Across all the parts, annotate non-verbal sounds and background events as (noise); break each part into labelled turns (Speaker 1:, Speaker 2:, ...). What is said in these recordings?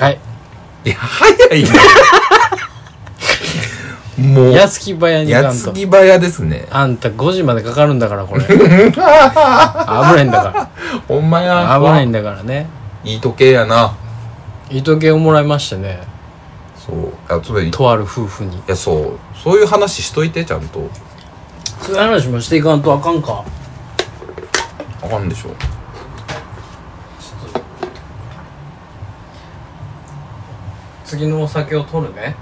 Speaker 1: はい
Speaker 2: いや早いなもう
Speaker 1: 安木早に行
Speaker 2: や
Speaker 1: かん
Speaker 2: つ
Speaker 1: と
Speaker 2: ぎ早ですね
Speaker 1: あんた5時までかかるんだからこ (laughs) れ危ないんだか
Speaker 2: ほんまや
Speaker 1: ら危ないんだからね
Speaker 2: いい時計やな
Speaker 1: 糸系をもらいましてね
Speaker 2: そうあつまりい
Speaker 1: とある夫婦に
Speaker 2: やそうそういう話しといてちゃんと
Speaker 1: そういう話もしていかんとあかんか
Speaker 2: あかんでしょ
Speaker 1: 次のお酒を取るね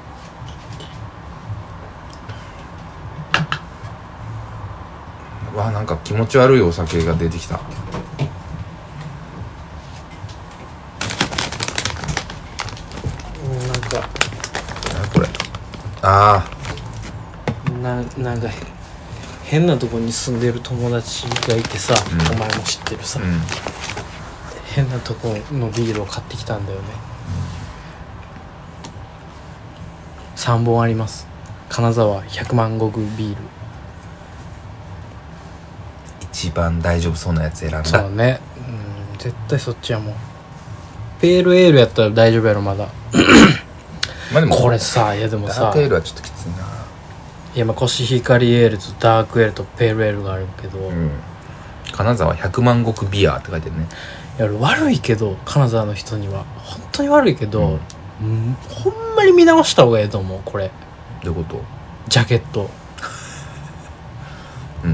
Speaker 2: うわなんか気持ち悪いお酒が出てきた
Speaker 1: なんか
Speaker 2: 何これあ
Speaker 1: ななんか変なとこに住んでる友達がいてさ、
Speaker 2: うん
Speaker 1: お前も知ってるさ、
Speaker 2: あうん
Speaker 1: 変なとこのビールを買ってきたんだよね、3本あります金沢100万石ビール
Speaker 2: 一番大丈夫そうなやつ選ん
Speaker 1: そう
Speaker 2: だ
Speaker 1: だねうん絶対そっちやもんペールエールやったら大丈夫やろまだ
Speaker 2: まあでも
Speaker 1: これさいやでも
Speaker 2: ダー
Speaker 1: さ
Speaker 2: クエールはちょっときついない
Speaker 1: やまあコシヒカリエールとダークエールとペールエールがあるけど、
Speaker 2: うん金沢百万石ビアって書いてるね
Speaker 1: いや俺悪いけど金沢の人には本当に悪いけど、うんほんまに見直した方がええと思うこれ
Speaker 2: どういうこと
Speaker 1: ジャケット
Speaker 2: う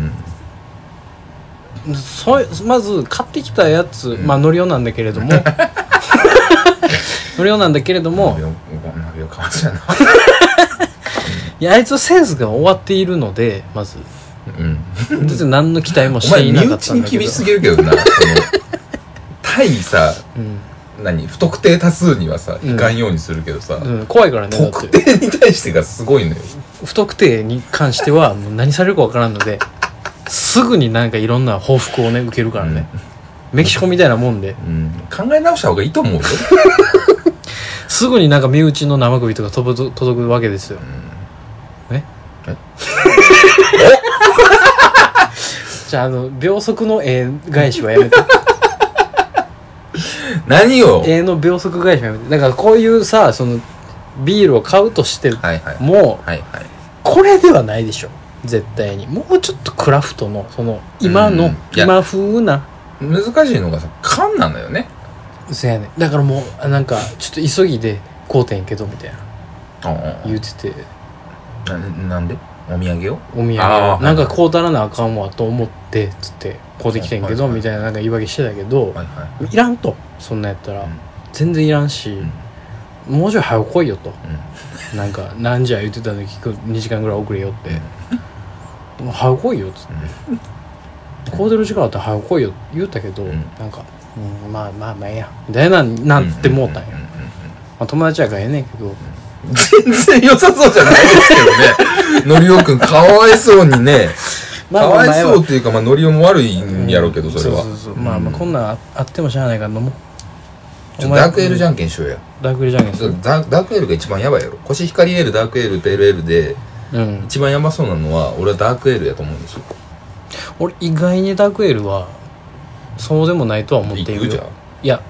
Speaker 2: ん
Speaker 1: そうまず買ってきたやつ、まあノリオなんだけれど
Speaker 2: (laughs)
Speaker 1: もノリオなんだけれども
Speaker 2: う鍋をかわすやな
Speaker 1: いやあいつはセンスが終わっているのでまず
Speaker 2: うん
Speaker 1: 別に何の期待も
Speaker 2: お
Speaker 1: し
Speaker 2: 前
Speaker 1: てい
Speaker 2: 身
Speaker 1: なかった
Speaker 2: 内
Speaker 1: ん
Speaker 2: に
Speaker 1: だけど
Speaker 2: 厳しすぎるけどなその対さ
Speaker 1: (laughs) うん
Speaker 2: 何不特定多数にはさ
Speaker 1: うん
Speaker 2: いかんようにするけどさ、
Speaker 1: うん、怖いからねだっ
Speaker 2: 特
Speaker 1: て
Speaker 2: 定に対してがすごいのよ
Speaker 1: 不特定に関してはもう何されるかわからんのですぐになんかいろんな報復をね受けるからね、メキシコみたいなもんで
Speaker 2: うん、考え直した方がいいと
Speaker 1: (laughs)
Speaker 2: 思うよ、
Speaker 1: すぐになんか身内の生首とか飛ぶと届くわけですよね
Speaker 2: え
Speaker 1: じゃああの秒速の絵返しはやめ
Speaker 2: (laughs)
Speaker 1: て
Speaker 2: 何を
Speaker 1: 絵の秒速返しはやめてだからこういうさそのビールを買うとして
Speaker 2: はいはいはい
Speaker 1: も
Speaker 2: はいはい
Speaker 1: これではないでしょ絶対にもうちょっとクラフトのその今
Speaker 2: う
Speaker 1: の
Speaker 2: んいや
Speaker 1: 今風な
Speaker 2: 難しいのがさ缶なのよね
Speaker 1: そやねだからもうあなんかちょっと急ぎで買うてんけどみたいな
Speaker 2: あ
Speaker 1: 言うてて
Speaker 2: あななんでお土産を
Speaker 1: お土産
Speaker 2: あー
Speaker 1: なんかこうたらなあかんわと思ってつってこうできてんけど
Speaker 2: はいはい
Speaker 1: みたいななんか言い訳してたけど、
Speaker 2: はいはい
Speaker 1: らんとそんなんやったら、
Speaker 2: うん
Speaker 1: 全然いらんし、もうちょい早く来いよと
Speaker 2: い、うん
Speaker 1: なんかなんじゃ言ってたのに聞く2時間ぐらい遅れよって、もう早く来いよっつって、こうてる時間あったら早く来いよって言ったけど、
Speaker 2: うん
Speaker 1: なんか、うん、まあまあまあええやんみたいななんてもうたんや、
Speaker 2: う
Speaker 1: ま
Speaker 2: んうんうん
Speaker 1: あ、友達やからええねんけど、
Speaker 2: 全然良さそうじゃないですけどね。のりおくん、かわいそうにね。
Speaker 1: まあ
Speaker 2: か
Speaker 1: まあ
Speaker 2: わ
Speaker 1: まあ
Speaker 2: い
Speaker 1: ええわ
Speaker 2: そうっていうか、まあ、のりおも悪いんやろうけど、それは。
Speaker 1: うそうそうまあまあこん
Speaker 2: な。
Speaker 1: なんああってもしゃあないから飲もう
Speaker 2: ちょっとダークエールじ
Speaker 1: ゃ
Speaker 2: ゃんけんしようや。
Speaker 1: ダークエールじゃんけん
Speaker 2: ちょっとダダークエールが一番やばいやろ。コシヒカリエール、ダークエール、ペールエールで、
Speaker 1: うん
Speaker 2: 一番やばそうなのは、俺はダークエールやと思うんですよ。
Speaker 1: 俺意外にダークエールはそうでもないとは思っている
Speaker 2: いくじゃん。
Speaker 1: いや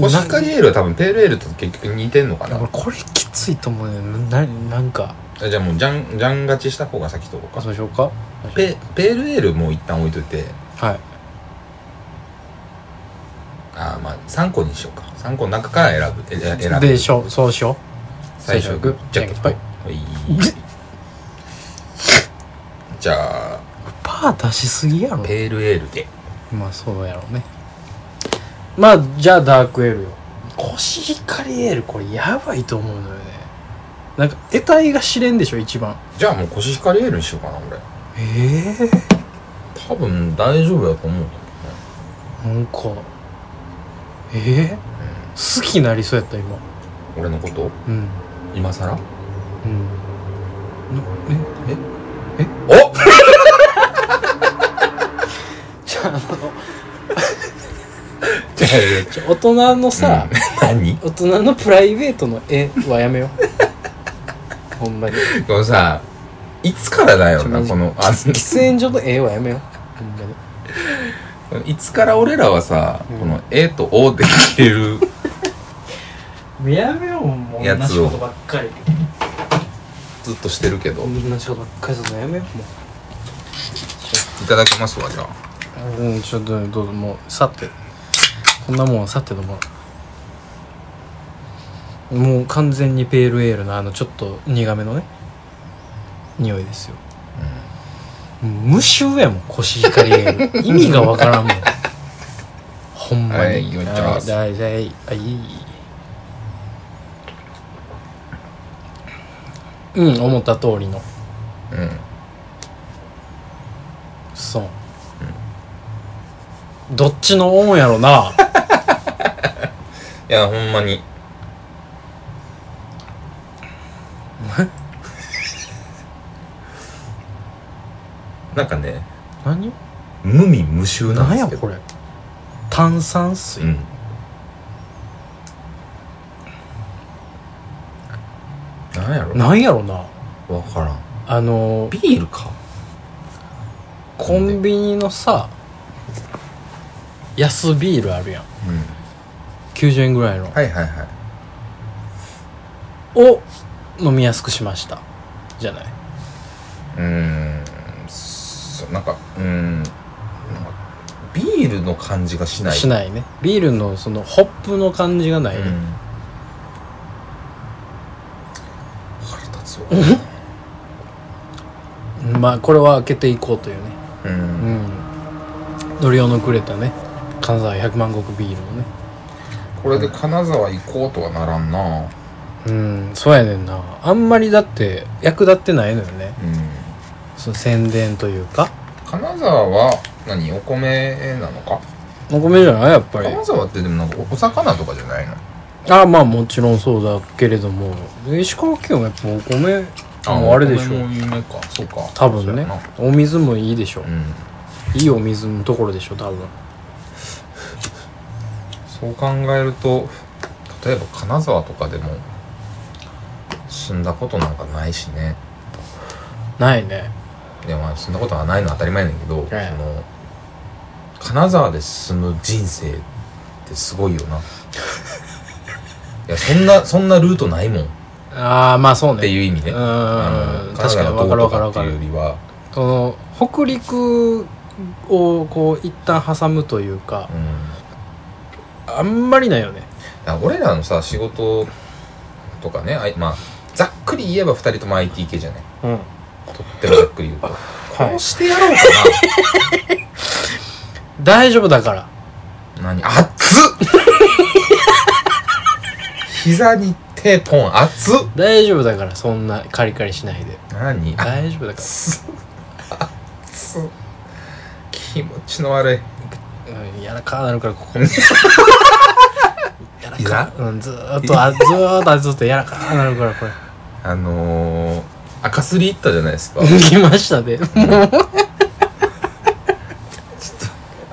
Speaker 2: コシヒカリエールは多分、ペールエールと結局似てんのか
Speaker 1: な
Speaker 2: な。
Speaker 1: 俺これきついと思うねななんか
Speaker 2: じゃあもう、じゃん、じゃん勝ちした方が先とこ
Speaker 1: あ
Speaker 2: うか
Speaker 1: そう。しようか
Speaker 2: ペ、ペールエールもう一旦置いといて、
Speaker 1: はい
Speaker 2: あーまあ、3個にしようか。3個の中から選ぶ。え選ぶ。
Speaker 1: でしょそうしよ
Speaker 2: 最初はグーじゃんけんぽいじゃあ
Speaker 1: うパー出しすぎやろ
Speaker 2: ペールエールで
Speaker 1: まあそうやろうねまあじゃあダークエールよコシヒカリエールこれやばいと思うのよねなんか得体が知れんでしょ一番
Speaker 2: じゃあもうコシヒカリエールにしようかな俺
Speaker 1: ええ
Speaker 2: 多分大丈夫やと思う
Speaker 1: なんかええ好きになりそうやった今
Speaker 2: 俺のこと
Speaker 1: うん
Speaker 2: 今さら
Speaker 1: うんなえ
Speaker 2: お
Speaker 1: じゃああの
Speaker 2: じゃあ
Speaker 1: じゃあ大人のさ、
Speaker 2: 何
Speaker 1: 大人のプライベートの絵はやめようほんまに
Speaker 2: このさいつからだよな
Speaker 1: ちょ
Speaker 2: このあ
Speaker 1: 喫煙所の絵はやめようほんまに
Speaker 2: いつから俺らはさ
Speaker 1: うん
Speaker 2: この「え」と「お」で消える
Speaker 1: もうやめようもう
Speaker 2: や
Speaker 1: 同じ
Speaker 2: つを
Speaker 1: ことばっかり
Speaker 2: ずっとしてるけど、い
Speaker 1: 同じことばっかりするのやめようも
Speaker 2: ただきますわじゃあ
Speaker 1: ううんちょっとどうぞもう去ってこんなもん去って飲もうもう完全にペールエールのあのちょっと苦めのね匂いですよ、もう無臭やもんコシヒカリエ (laughs) ール意味がわからんもんほんまに
Speaker 2: はいよいしょ
Speaker 1: はいはいはいはいうん思った通りの
Speaker 2: うん
Speaker 1: そう、どっちのオンやろな
Speaker 2: いやほんまになんかね
Speaker 1: 何
Speaker 2: 無味無臭なん
Speaker 1: 何
Speaker 2: です
Speaker 1: や
Speaker 2: けど
Speaker 1: これ炭酸水、
Speaker 2: うんなんやろ
Speaker 1: なんやろな
Speaker 2: わからん
Speaker 1: あの
Speaker 2: ビールか
Speaker 1: コンビニのさ安ビールあるやん
Speaker 2: うん
Speaker 1: 90円ぐらいの、
Speaker 2: はいはいはい
Speaker 1: を飲みやすくしましたじゃないう
Speaker 2: ーんそなんかうーんなんかビールの感じがしない
Speaker 1: しないねビールのそのホップの感じがない、
Speaker 2: うん腹立つわ
Speaker 1: まあこれは開けていこうというね
Speaker 2: う
Speaker 1: うんんノリオのくれたね金沢100万石ビールのね
Speaker 2: これで金沢行こうとはならんなうん
Speaker 1: うんそうやねんなあんまりだって役立ってないのよねその宣伝というか
Speaker 2: 金沢は何お米なのか
Speaker 1: お米じゃないやっぱり
Speaker 2: 金沢ってでもなんかお魚とかじゃないの
Speaker 1: あまあもちろんそうだけれども石川県はやっぱお米もうあれでし
Speaker 2: お米
Speaker 1: ょ
Speaker 2: も有名かそうか
Speaker 1: 多分
Speaker 2: そうや
Speaker 1: ね
Speaker 2: な
Speaker 1: お水もいいでしょ
Speaker 2: うん
Speaker 1: いいお水のところでしょ多分
Speaker 2: そう考えると例えば金沢とかでも死んだことなんかないしね
Speaker 1: ないね
Speaker 2: いやまあ死んだことはないのは当たり前だけど、
Speaker 1: はい
Speaker 2: その金沢で進む人生ってすごいよ
Speaker 1: (laughs)
Speaker 2: ないやそんなそんなルートないもんっ
Speaker 1: ああまあそうね
Speaker 2: ていう意味
Speaker 1: う
Speaker 2: で、
Speaker 1: ん
Speaker 2: あの
Speaker 1: 確か
Speaker 2: 金沢
Speaker 1: に
Speaker 2: の
Speaker 1: 分かる
Speaker 2: どうと
Speaker 1: 分かる
Speaker 2: か
Speaker 1: 分
Speaker 2: って
Speaker 1: か
Speaker 2: いう
Speaker 1: る
Speaker 2: よりは
Speaker 1: その北陸をこう一旦挟むというか
Speaker 2: うん
Speaker 1: あんまりないよね
Speaker 2: だから俺らのさ仕事とかねあいまあざっくり言えば2人とも IT 系じゃない
Speaker 1: うん
Speaker 2: とってもざっくり言うと、こうしてやろうか
Speaker 1: 大丈夫だから
Speaker 2: な何熱っ膝に手ポン熱っ
Speaker 1: 大丈夫だからそんなカリカリしないで
Speaker 2: 何熱っ
Speaker 1: 大丈夫だか
Speaker 2: つつ気持ちの悪い
Speaker 1: ら、うん、やらかなるからここやら
Speaker 2: 膝
Speaker 1: か、うん、ずーっとあずーっとあずーっとやらかなるからこれ
Speaker 2: あのー、赤すり行ったじゃないですか
Speaker 1: 来ましたね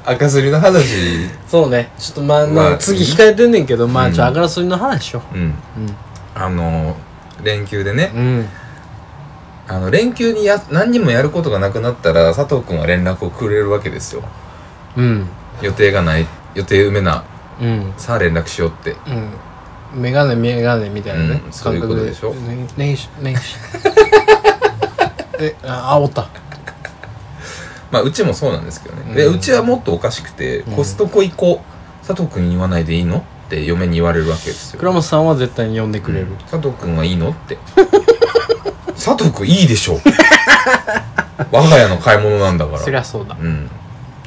Speaker 2: 赤すりの話
Speaker 1: (laughs) そうねちょっとまあ、ま
Speaker 2: ま
Speaker 1: あ、
Speaker 2: あ
Speaker 1: 次控えてんねんけどまあ
Speaker 2: うん
Speaker 1: ちょっとあからすりの話しよ
Speaker 2: うんあのー、連休でね
Speaker 1: ううん、
Speaker 2: あの連休にや何にもやることがなくなったら佐藤君は連絡をくれるわけですよ
Speaker 1: うん
Speaker 2: 予定がない予定埋めな
Speaker 1: うん
Speaker 2: さあ連絡しようって
Speaker 1: うんメガネメガネみたいなね、
Speaker 2: うんそういうことでしょ
Speaker 1: ねねしねしえあ煽った
Speaker 2: まあうちもそうなんですけどね、で
Speaker 1: うん
Speaker 2: うちはもっとおかしくて、
Speaker 1: うん
Speaker 2: コストコ行こう佐藤君に言わないでいいのって嫁に言われるわけですよ
Speaker 1: 倉本さんは絶対に呼んでくれる、
Speaker 2: 佐藤君はいいのって (laughs) 佐藤君いい
Speaker 1: (laughs)
Speaker 2: でしょ我が家の買い物なんだか
Speaker 1: そり
Speaker 2: ら
Speaker 1: ゃそうだ
Speaker 2: うん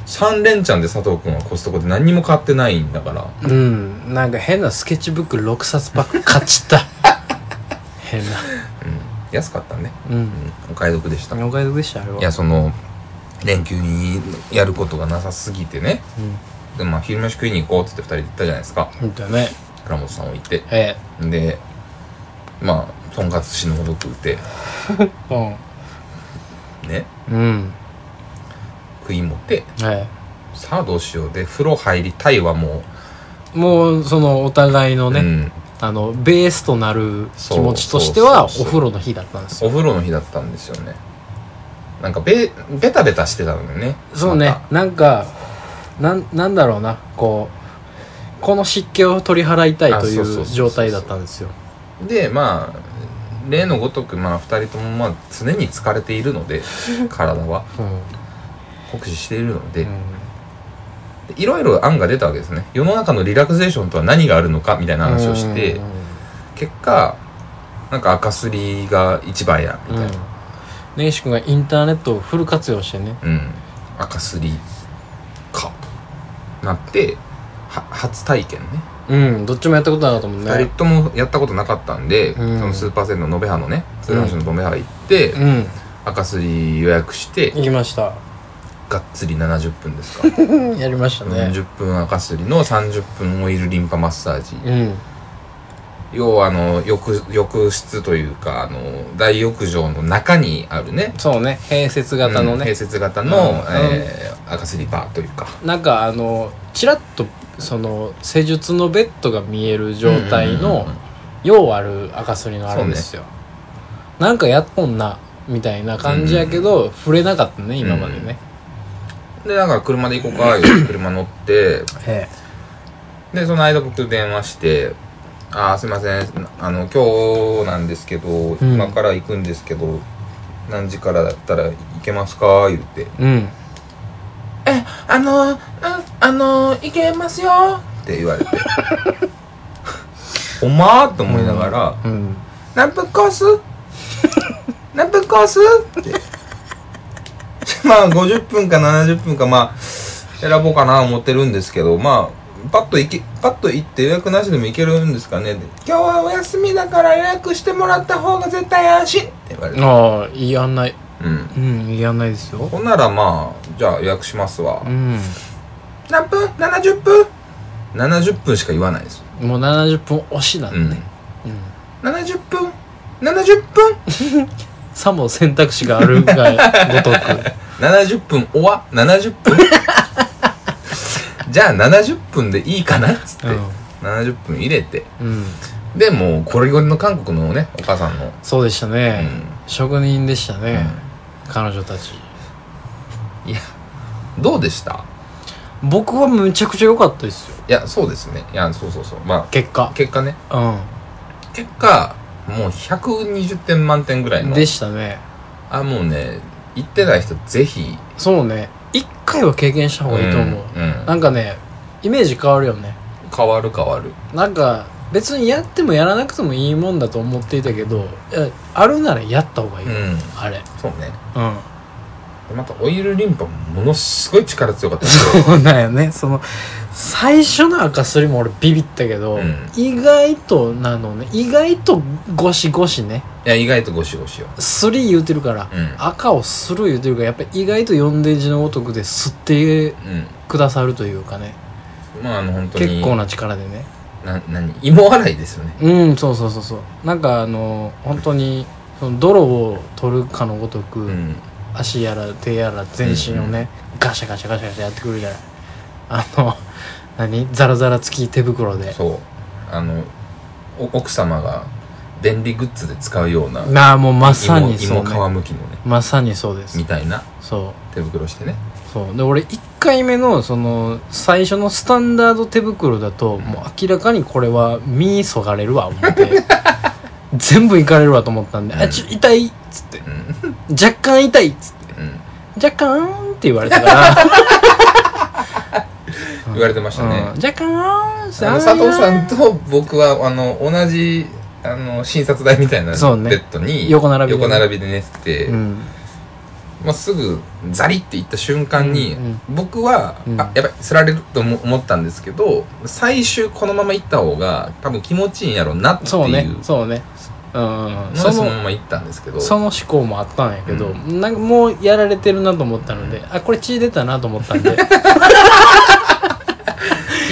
Speaker 2: 3連チャンで佐藤君はコストコで何にも買ってないんだから
Speaker 1: うんなんか変なスケッチブック6冊パック買っちゃ
Speaker 2: (laughs)
Speaker 1: った変な
Speaker 2: 安かったね、
Speaker 1: うん
Speaker 2: うん、お買い得でしたい
Speaker 1: おかげでしたあれは
Speaker 2: やその連休にやることがなさすぎてね
Speaker 1: う
Speaker 2: でまあ昼飯食いに行こうって言って2人で行ったじゃないですか
Speaker 1: んだよね
Speaker 2: 倉本さんを行って
Speaker 1: え
Speaker 2: でまあとんかつ死ぬほど食うて
Speaker 1: え
Speaker 2: ね
Speaker 1: うんうん
Speaker 2: 食い持って
Speaker 1: え
Speaker 2: さあどうしようで風呂入りたいはも
Speaker 1: えもうそのお互いの
Speaker 2: う、
Speaker 1: ね、
Speaker 2: うん、
Speaker 1: あのベースとなる気持ちとして
Speaker 2: そ
Speaker 1: はお
Speaker 2: うそうそうそう
Speaker 1: 風呂の日だったんですよ
Speaker 2: お風呂の日だったんですよねなんかベベタベタしてたのよね
Speaker 1: そうね
Speaker 2: ま
Speaker 1: なんかなんなんだろうなこうこの湿気を取り払いたいとい
Speaker 2: あそうそうそう
Speaker 1: う
Speaker 2: そう
Speaker 1: 状態だったんですよ
Speaker 2: でまあ例のごとく、まあ、2人とも、まあ、常に疲れている
Speaker 1: (laughs)
Speaker 2: ので体は
Speaker 1: うん
Speaker 2: 酷使しているので、
Speaker 1: うん
Speaker 2: いろいろ案が出たわけですね世の中のリラクゼーションとは何があるのかみたいな話をして、
Speaker 1: うん
Speaker 2: 結果なんか赤すりが一番やみたいな、
Speaker 1: 根岸君がインターネットをフル活用してね
Speaker 2: うん赤すりかなっては初体験ね
Speaker 1: うんどっちもやったことなかったもんね
Speaker 2: 2人ともやったことなかったんで、
Speaker 1: うん
Speaker 2: そのスーパーセンの延べ葉のね鶴橋の延べ葉行って、
Speaker 1: うん
Speaker 2: 赤すり予約して、
Speaker 1: 行きました
Speaker 2: がっつり70分で
Speaker 1: (laughs)
Speaker 2: すか
Speaker 1: うんやりましたね
Speaker 2: 40分赤すりの30分オイルリンパマッサージ、
Speaker 1: うん
Speaker 2: 要はあの浴浴室というかあの大浴場の中にあるね
Speaker 1: そうね併設型の
Speaker 2: うん
Speaker 1: ね
Speaker 2: 併、設型の、
Speaker 1: うん
Speaker 2: えー赤すりバーというか
Speaker 1: なんかあのちらっとその施術のベッドが見える状態
Speaker 2: う
Speaker 1: の
Speaker 2: んうんうん
Speaker 1: ようある赤すりのあるんですよ、なんかやっとんなみたいな感じやけど、触れなかったね今までね、
Speaker 2: うんでなんか車で行こうか言って車乗って
Speaker 1: え
Speaker 2: でその間僕電話して「ああすいませんあの今日なんですけど、
Speaker 1: ん
Speaker 2: 今から行くんですけど何時からだったら行けますか?」言って
Speaker 1: えうん
Speaker 2: 「えあのうんあの行けますよ」って言われて (laughs) 「おまー」と思いながら
Speaker 1: うん
Speaker 2: 「何分コース (laughs) 何分コース?」ってまあ50分か70分かまあ選ぼうかな思ってるんですけどまあパッと行けパッと行って予約なしでも行けるんですかねで今日はお休みだから予約してもらった方が絶対安心って言われて、
Speaker 1: ああいい案内
Speaker 2: うん、
Speaker 1: うんいい案内ですよ
Speaker 2: ほんならまあじゃあ予約しますわ
Speaker 1: うん
Speaker 2: 何分 ?70 分 ?70 分しか言わないです。
Speaker 1: もう70分推しな
Speaker 2: うんん
Speaker 1: で、ね。うん
Speaker 2: 70分 ?70 分
Speaker 1: さも選択肢があるがごとく
Speaker 2: ?70 分おわ ?70 分じゃあ70分でいいかなっつって、70分入れて。
Speaker 1: うん、うん、
Speaker 2: で、もうこれゴリの韓国のね、お母さんの。
Speaker 1: そうでした
Speaker 2: う
Speaker 1: ね、
Speaker 2: ん。
Speaker 1: 職人でしたね、彼女たち
Speaker 2: いや、どうでした
Speaker 1: 僕はむちゃくちゃ良かったですよ
Speaker 2: いや、そうですね。いや、そうそうそう。ま
Speaker 1: 結
Speaker 2: あ、
Speaker 1: 果
Speaker 2: 結果ね。
Speaker 1: う
Speaker 2: 結果、もう120点満点ぐらい
Speaker 1: ん
Speaker 2: の。
Speaker 1: でしたね
Speaker 2: あ、もうね、行ってない人ぜひ。
Speaker 1: そうね一回は経験した方がいいと思う、
Speaker 2: うんうん
Speaker 1: なんかねイメージ変わるよね
Speaker 2: 変わる変わる。
Speaker 1: なんか別にやってもやらなくてもいいもんだと思っていたけどいやあるならやった方がいい、
Speaker 2: うん。
Speaker 1: あれ
Speaker 2: そうね。
Speaker 1: うん (laughs)
Speaker 2: でまたオイルリンパもものすごい力強かっ
Speaker 1: (laughs)
Speaker 2: たですよ
Speaker 1: そうなんよねその最初の赤すりも俺ビビったけど、
Speaker 2: うん
Speaker 1: 意外となのね意外とゴシゴシね
Speaker 2: いや、意外とゴシゴシよ。
Speaker 1: すり言うてるから、
Speaker 2: うん。
Speaker 1: 赤をする言うてるからやっぱり意外と四で字のごとくで吸って
Speaker 2: う
Speaker 1: くださるというかね
Speaker 2: ん。まあ、あの、本当に。
Speaker 1: 結構な力でね
Speaker 2: な。何芋洗いですよね。
Speaker 1: うんそうそうそうそうなんかあの本当にその泥を取るかのごとく、
Speaker 2: うん。
Speaker 1: 足やら手やら全身をね、ガシャガシャガシャガシャやってくるじゃないあの何ザラザラつき手袋で
Speaker 2: そう。あの、お奥様が便利グッズで使うような、
Speaker 1: まあもうまさ
Speaker 2: 芋
Speaker 1: にそ
Speaker 2: 芋
Speaker 1: う、ね、
Speaker 2: 皮むきのね、
Speaker 1: まさにそうです
Speaker 2: みたいな
Speaker 1: そ
Speaker 2: 手袋してね。
Speaker 1: うそうで俺1回目のその最初のスタンダード手袋だともう明らかにこれは身そがれるわ思って
Speaker 2: (laughs)
Speaker 1: 全部いかれるわと思ったんで「
Speaker 2: うん
Speaker 1: あちょ痛い」っつって
Speaker 2: うん。
Speaker 1: 「若干痛い」っつっ
Speaker 2: うん。
Speaker 1: て「若干」って言われた
Speaker 2: (laughs)
Speaker 1: から
Speaker 2: 言われてまし
Speaker 1: 「う
Speaker 2: た
Speaker 1: ん、
Speaker 2: ね。
Speaker 1: 若干」
Speaker 2: あの、佐藤さんと僕は、あの、同じ、あの、診察台みたいなベ
Speaker 1: そうね
Speaker 2: ッドに、
Speaker 1: 横並びでね
Speaker 2: 横並びで寝てて、
Speaker 1: うん
Speaker 2: まあ、すぐザリっていった瞬間に、
Speaker 1: うん
Speaker 2: 僕は、
Speaker 1: うん
Speaker 2: あやばいすられると思思ったんですけど最終このまま行った方が多分気持ちいいんやろうなっていう
Speaker 1: そうね
Speaker 2: ので
Speaker 1: そうねうん
Speaker 2: そ
Speaker 1: そ
Speaker 2: の
Speaker 1: の
Speaker 2: まま行ったんですけど
Speaker 1: その思考もあったんやけど、
Speaker 2: う
Speaker 1: なんかもうやられてるなと思ったので、あこれ血出たなと思ったん
Speaker 2: (laughs)
Speaker 1: で、
Speaker 2: 行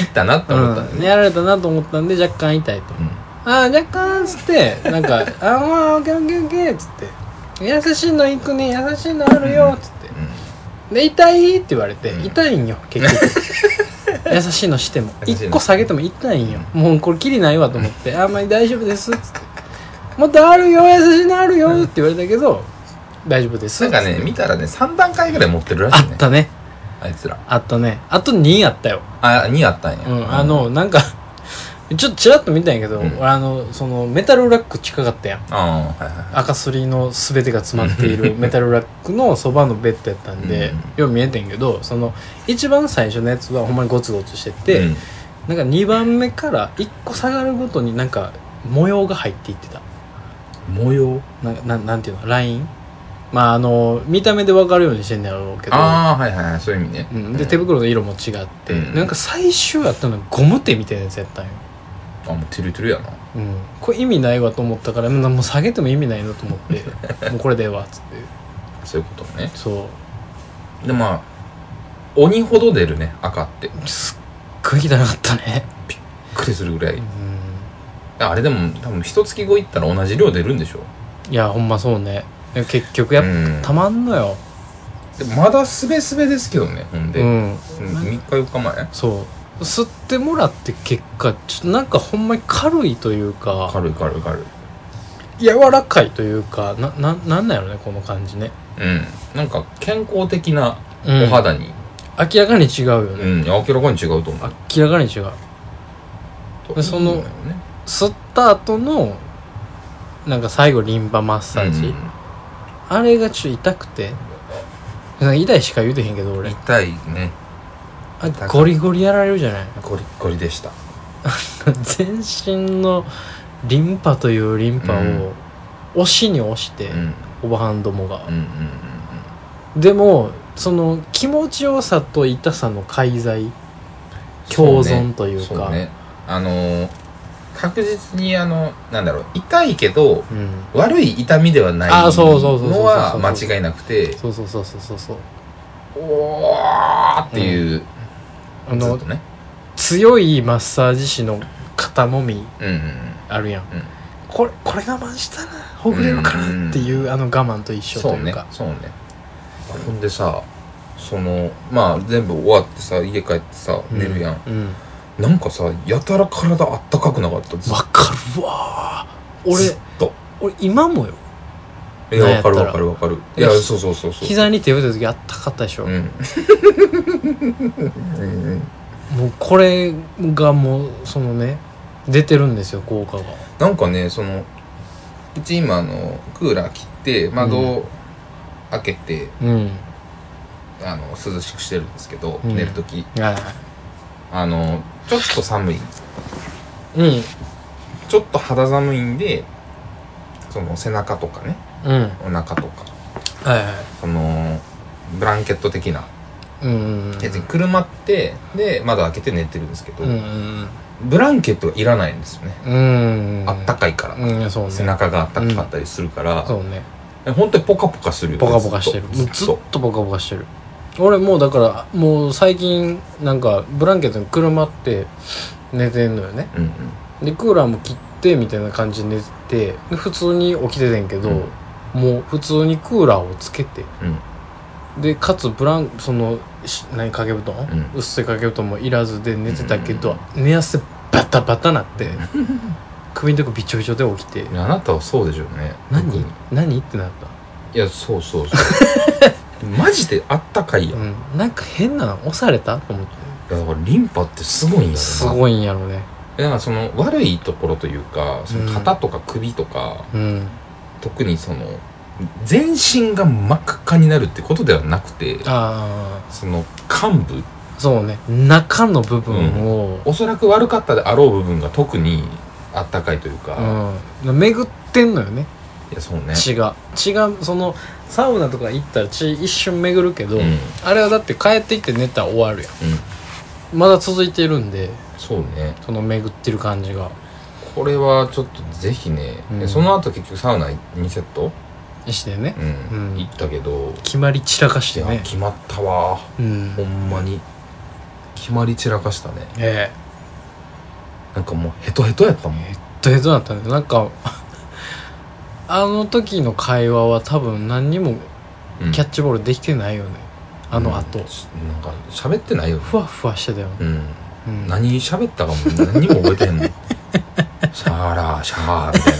Speaker 2: ったなって思ったん
Speaker 1: うん、
Speaker 2: でね、
Speaker 1: やられたなと思ったんで若干痛いと
Speaker 2: うん
Speaker 1: 「ああ若干」っつってなんか「ああまあオッケーオッケーオッケー」っつって「優しいの行くね優しいのあるよ」っつって「で痛い?」って言われて「
Speaker 2: うん
Speaker 1: 痛いんよ結
Speaker 2: (laughs)
Speaker 1: 局優しいのしても
Speaker 2: 優しいの
Speaker 1: 1個下げても痛いんよもうこれきりないわと思って「あんまり大丈夫です」っつって「もっとあるよ優しいのあるよ」って言われたけど「大丈夫です」
Speaker 2: なんかね見たらね3段階ぐらい持ってるら
Speaker 1: あ
Speaker 2: しい
Speaker 1: っ
Speaker 2: ね
Speaker 1: たね。
Speaker 2: あいつら
Speaker 1: あったねあと2あったよ、
Speaker 2: あ2あったんや、
Speaker 1: うん、あのなんかちょっとちらっと見たんやけど、
Speaker 2: うん
Speaker 1: 俺あのそのメタルラック近かったやん
Speaker 2: ああーはいはいはい
Speaker 1: 赤すりの全てが詰まっているメタルラックのそばのベッドやったんで、
Speaker 2: うん
Speaker 1: よう見えてんけどその一番最初のやつはほんまにゴツゴツしてて、
Speaker 2: うん
Speaker 1: なんか2番目から1個下がるごとになんか模様が入っていってた
Speaker 2: 模様
Speaker 1: なななんていうのラインまああの見た目で分かるようにしてんねやろうけど、
Speaker 2: ああはいはいはいそういう意味ね、
Speaker 1: うん、で手袋の色も違って、
Speaker 2: うん
Speaker 1: なんか最終やったのゴム手みたいなやつやったんよ、
Speaker 2: あもうてるてるやな
Speaker 1: うん、これ意味ないわと思ったからもうもう下げても意味ないなと思って
Speaker 2: (laughs)
Speaker 1: もうこれでええわっつって
Speaker 2: そういうことね
Speaker 1: そ
Speaker 2: でまあ鬼ほど出るね赤ってびっ
Speaker 1: うすっごい汚かったね、
Speaker 2: くりするぐらい、
Speaker 1: う
Speaker 2: あれでも多分一月後行ったら同じ量出るんでしょ
Speaker 1: ん、いやほんまそうねでも結局やっぱ、
Speaker 2: うん
Speaker 1: たまんのよ
Speaker 2: でもまだすべすべですけどねほんで、
Speaker 1: う
Speaker 2: うん、
Speaker 1: ん、
Speaker 2: 3日4日前
Speaker 1: そう吸ってもらって結果ちょっとなんかほんまに軽いというか
Speaker 2: 軽い軽い軽い
Speaker 1: 柔らかいというかなななんなんやろねこの感じね、
Speaker 2: うんなんか健康的な
Speaker 1: うん
Speaker 2: お肌に
Speaker 1: 明らかに違うよね、
Speaker 2: うん、明らかに違うと思う
Speaker 1: 明らかに違う
Speaker 2: と
Speaker 1: その
Speaker 2: 思うよね
Speaker 1: 吸った後のなんか最後リンパマッサージ、
Speaker 2: うん
Speaker 1: あれがちょっと痛くてなんか痛いしか言うてへんけど俺
Speaker 2: 痛いね
Speaker 1: あゴリゴリやられるじゃない
Speaker 2: ゴリッゴリでした
Speaker 1: (laughs) 全身のリンパというリンパ
Speaker 2: うん
Speaker 1: を押しに押し
Speaker 2: う
Speaker 1: て、
Speaker 2: ん
Speaker 1: おばはんどもが
Speaker 2: うんうんうん
Speaker 1: でもその気持ちよさと痛さの介在
Speaker 2: そうね
Speaker 1: 共存という
Speaker 2: そう
Speaker 1: か
Speaker 2: ねあのー確実にあのなんだろう痛いけど
Speaker 1: うん
Speaker 2: 悪い痛みではない
Speaker 1: あそうそうそうそうそうそう
Speaker 2: のは間違いなくて
Speaker 1: そうそうそうそうそうそう
Speaker 2: おーっていう、
Speaker 1: あ
Speaker 2: ず
Speaker 1: の
Speaker 2: っとね
Speaker 1: 強いマッサージ師の肩もみ
Speaker 2: うんうんうん
Speaker 1: あるやん、
Speaker 2: うん
Speaker 1: これこれ我慢したらほぐれるかなっていう、あの我慢と一緒と
Speaker 2: そう
Speaker 1: いう
Speaker 2: ね
Speaker 1: か
Speaker 2: そうねほんでさそのまあ全部終わってさ家帰ってさ
Speaker 1: うん
Speaker 2: 寝るやん、
Speaker 1: うん
Speaker 2: なんかさやたら体あったかくなかったずっ
Speaker 1: わかるわー
Speaker 2: ずっ
Speaker 1: 俺
Speaker 2: と
Speaker 1: 俺今もよ
Speaker 2: いや
Speaker 1: なんや
Speaker 2: わ
Speaker 1: っ
Speaker 2: か
Speaker 1: た
Speaker 2: る
Speaker 1: ら
Speaker 2: わかるわかるいや
Speaker 1: いや
Speaker 2: そうそうそうそう
Speaker 1: 膝に手を打った時あったかったでしょ、
Speaker 2: うんうん (laughs) うん
Speaker 1: もうこれがもうそのね出てるんですよ効果が
Speaker 2: なんかねそのうち今あのクーラー切って窓開けて、
Speaker 1: うん
Speaker 2: あの涼しくしてるんですけど、
Speaker 1: うん
Speaker 2: 寝る時
Speaker 1: はい
Speaker 2: あのちょっと寒い
Speaker 1: うん
Speaker 2: ちょっと肌寒いんでその背中とかね
Speaker 1: うんはい
Speaker 2: お腹とか
Speaker 1: は
Speaker 2: そのブランケット的ない
Speaker 1: うん
Speaker 2: やつにくるまってで窓開けて寝てるんですけど、
Speaker 1: うんうん
Speaker 2: ブランケットはいらないんですよね、
Speaker 1: うんうん
Speaker 2: あったかいから、
Speaker 1: うんそうね
Speaker 2: 背中があったかかったりするから、
Speaker 1: そうね
Speaker 2: 本当にポカポカするよね
Speaker 1: ポカポカしてる
Speaker 2: ず
Speaker 1: ずっ
Speaker 2: っと
Speaker 1: とポカポカしてる俺もうだからもう最近なんかブランケットにくるまって寝てんのよね
Speaker 2: うんうん
Speaker 1: でクーラーも切ってみたいな感じで寝ててで普通に起きててんけど、
Speaker 2: うん
Speaker 1: もう普通にクーラーをつけて
Speaker 2: うん
Speaker 1: でかつブランそのし何掛け布団、
Speaker 2: うん
Speaker 1: 薄い掛け布団もいらずで寝てたけ
Speaker 2: う
Speaker 1: ど
Speaker 2: ん、
Speaker 1: 寝汗バタバタなっ
Speaker 2: (laughs)
Speaker 1: て首のとこびちょびちょで起きて
Speaker 2: いやあなたはそうでしょうね
Speaker 1: 何
Speaker 2: い
Speaker 1: 何ってなった
Speaker 2: やそうそうそう
Speaker 1: (laughs)
Speaker 2: マジであったかいやん、
Speaker 1: う
Speaker 2: い
Speaker 1: ん、なんか変なの押されたと思っ
Speaker 2: やだからリンパってすごいんやろ
Speaker 1: て
Speaker 2: な
Speaker 1: す
Speaker 2: い
Speaker 1: ごいんやろね
Speaker 2: だからその悪いところというかその
Speaker 1: うん
Speaker 2: 肩とか首とか、
Speaker 1: うん
Speaker 2: 特にその全身が真っ赤っかになるってことではなくて
Speaker 1: ああ
Speaker 2: その幹部
Speaker 1: そうね中の部分を、
Speaker 2: おそらく悪かったであろう部分が特にあったかいという
Speaker 1: う
Speaker 2: か、
Speaker 1: ん巡ってんのよね
Speaker 2: いやそうね
Speaker 1: 血が血がそのサウナとか行ったら血一瞬巡るけど、
Speaker 2: うん、うん、
Speaker 1: あれはだって帰ってきて寝たら終わるやんまだ続いてるんで
Speaker 2: そうね
Speaker 1: その巡ってる感じが
Speaker 2: これはちょっとぜひね、
Speaker 1: うん
Speaker 2: その後結局サウナ2セット、
Speaker 1: してね
Speaker 2: うん
Speaker 1: うん
Speaker 2: 行ったけど
Speaker 1: 決まり散らかして
Speaker 2: いや
Speaker 1: ね
Speaker 2: 決まったわ
Speaker 1: うん
Speaker 2: ほんまに決まり散らかしたね
Speaker 1: ええ
Speaker 2: なんかもうヘトヘトやったもん
Speaker 1: ヘトヘトだったねなんかあの時の会話は多分何にも
Speaker 2: うん
Speaker 1: キャッチボールできてないよね、あの後、
Speaker 2: うんしなんか喋ってないよ
Speaker 1: ふわふわしてたよね、
Speaker 2: うん
Speaker 1: うん、
Speaker 2: 何喋ったかも何にも覚えてへんのシャーラーシャーみたい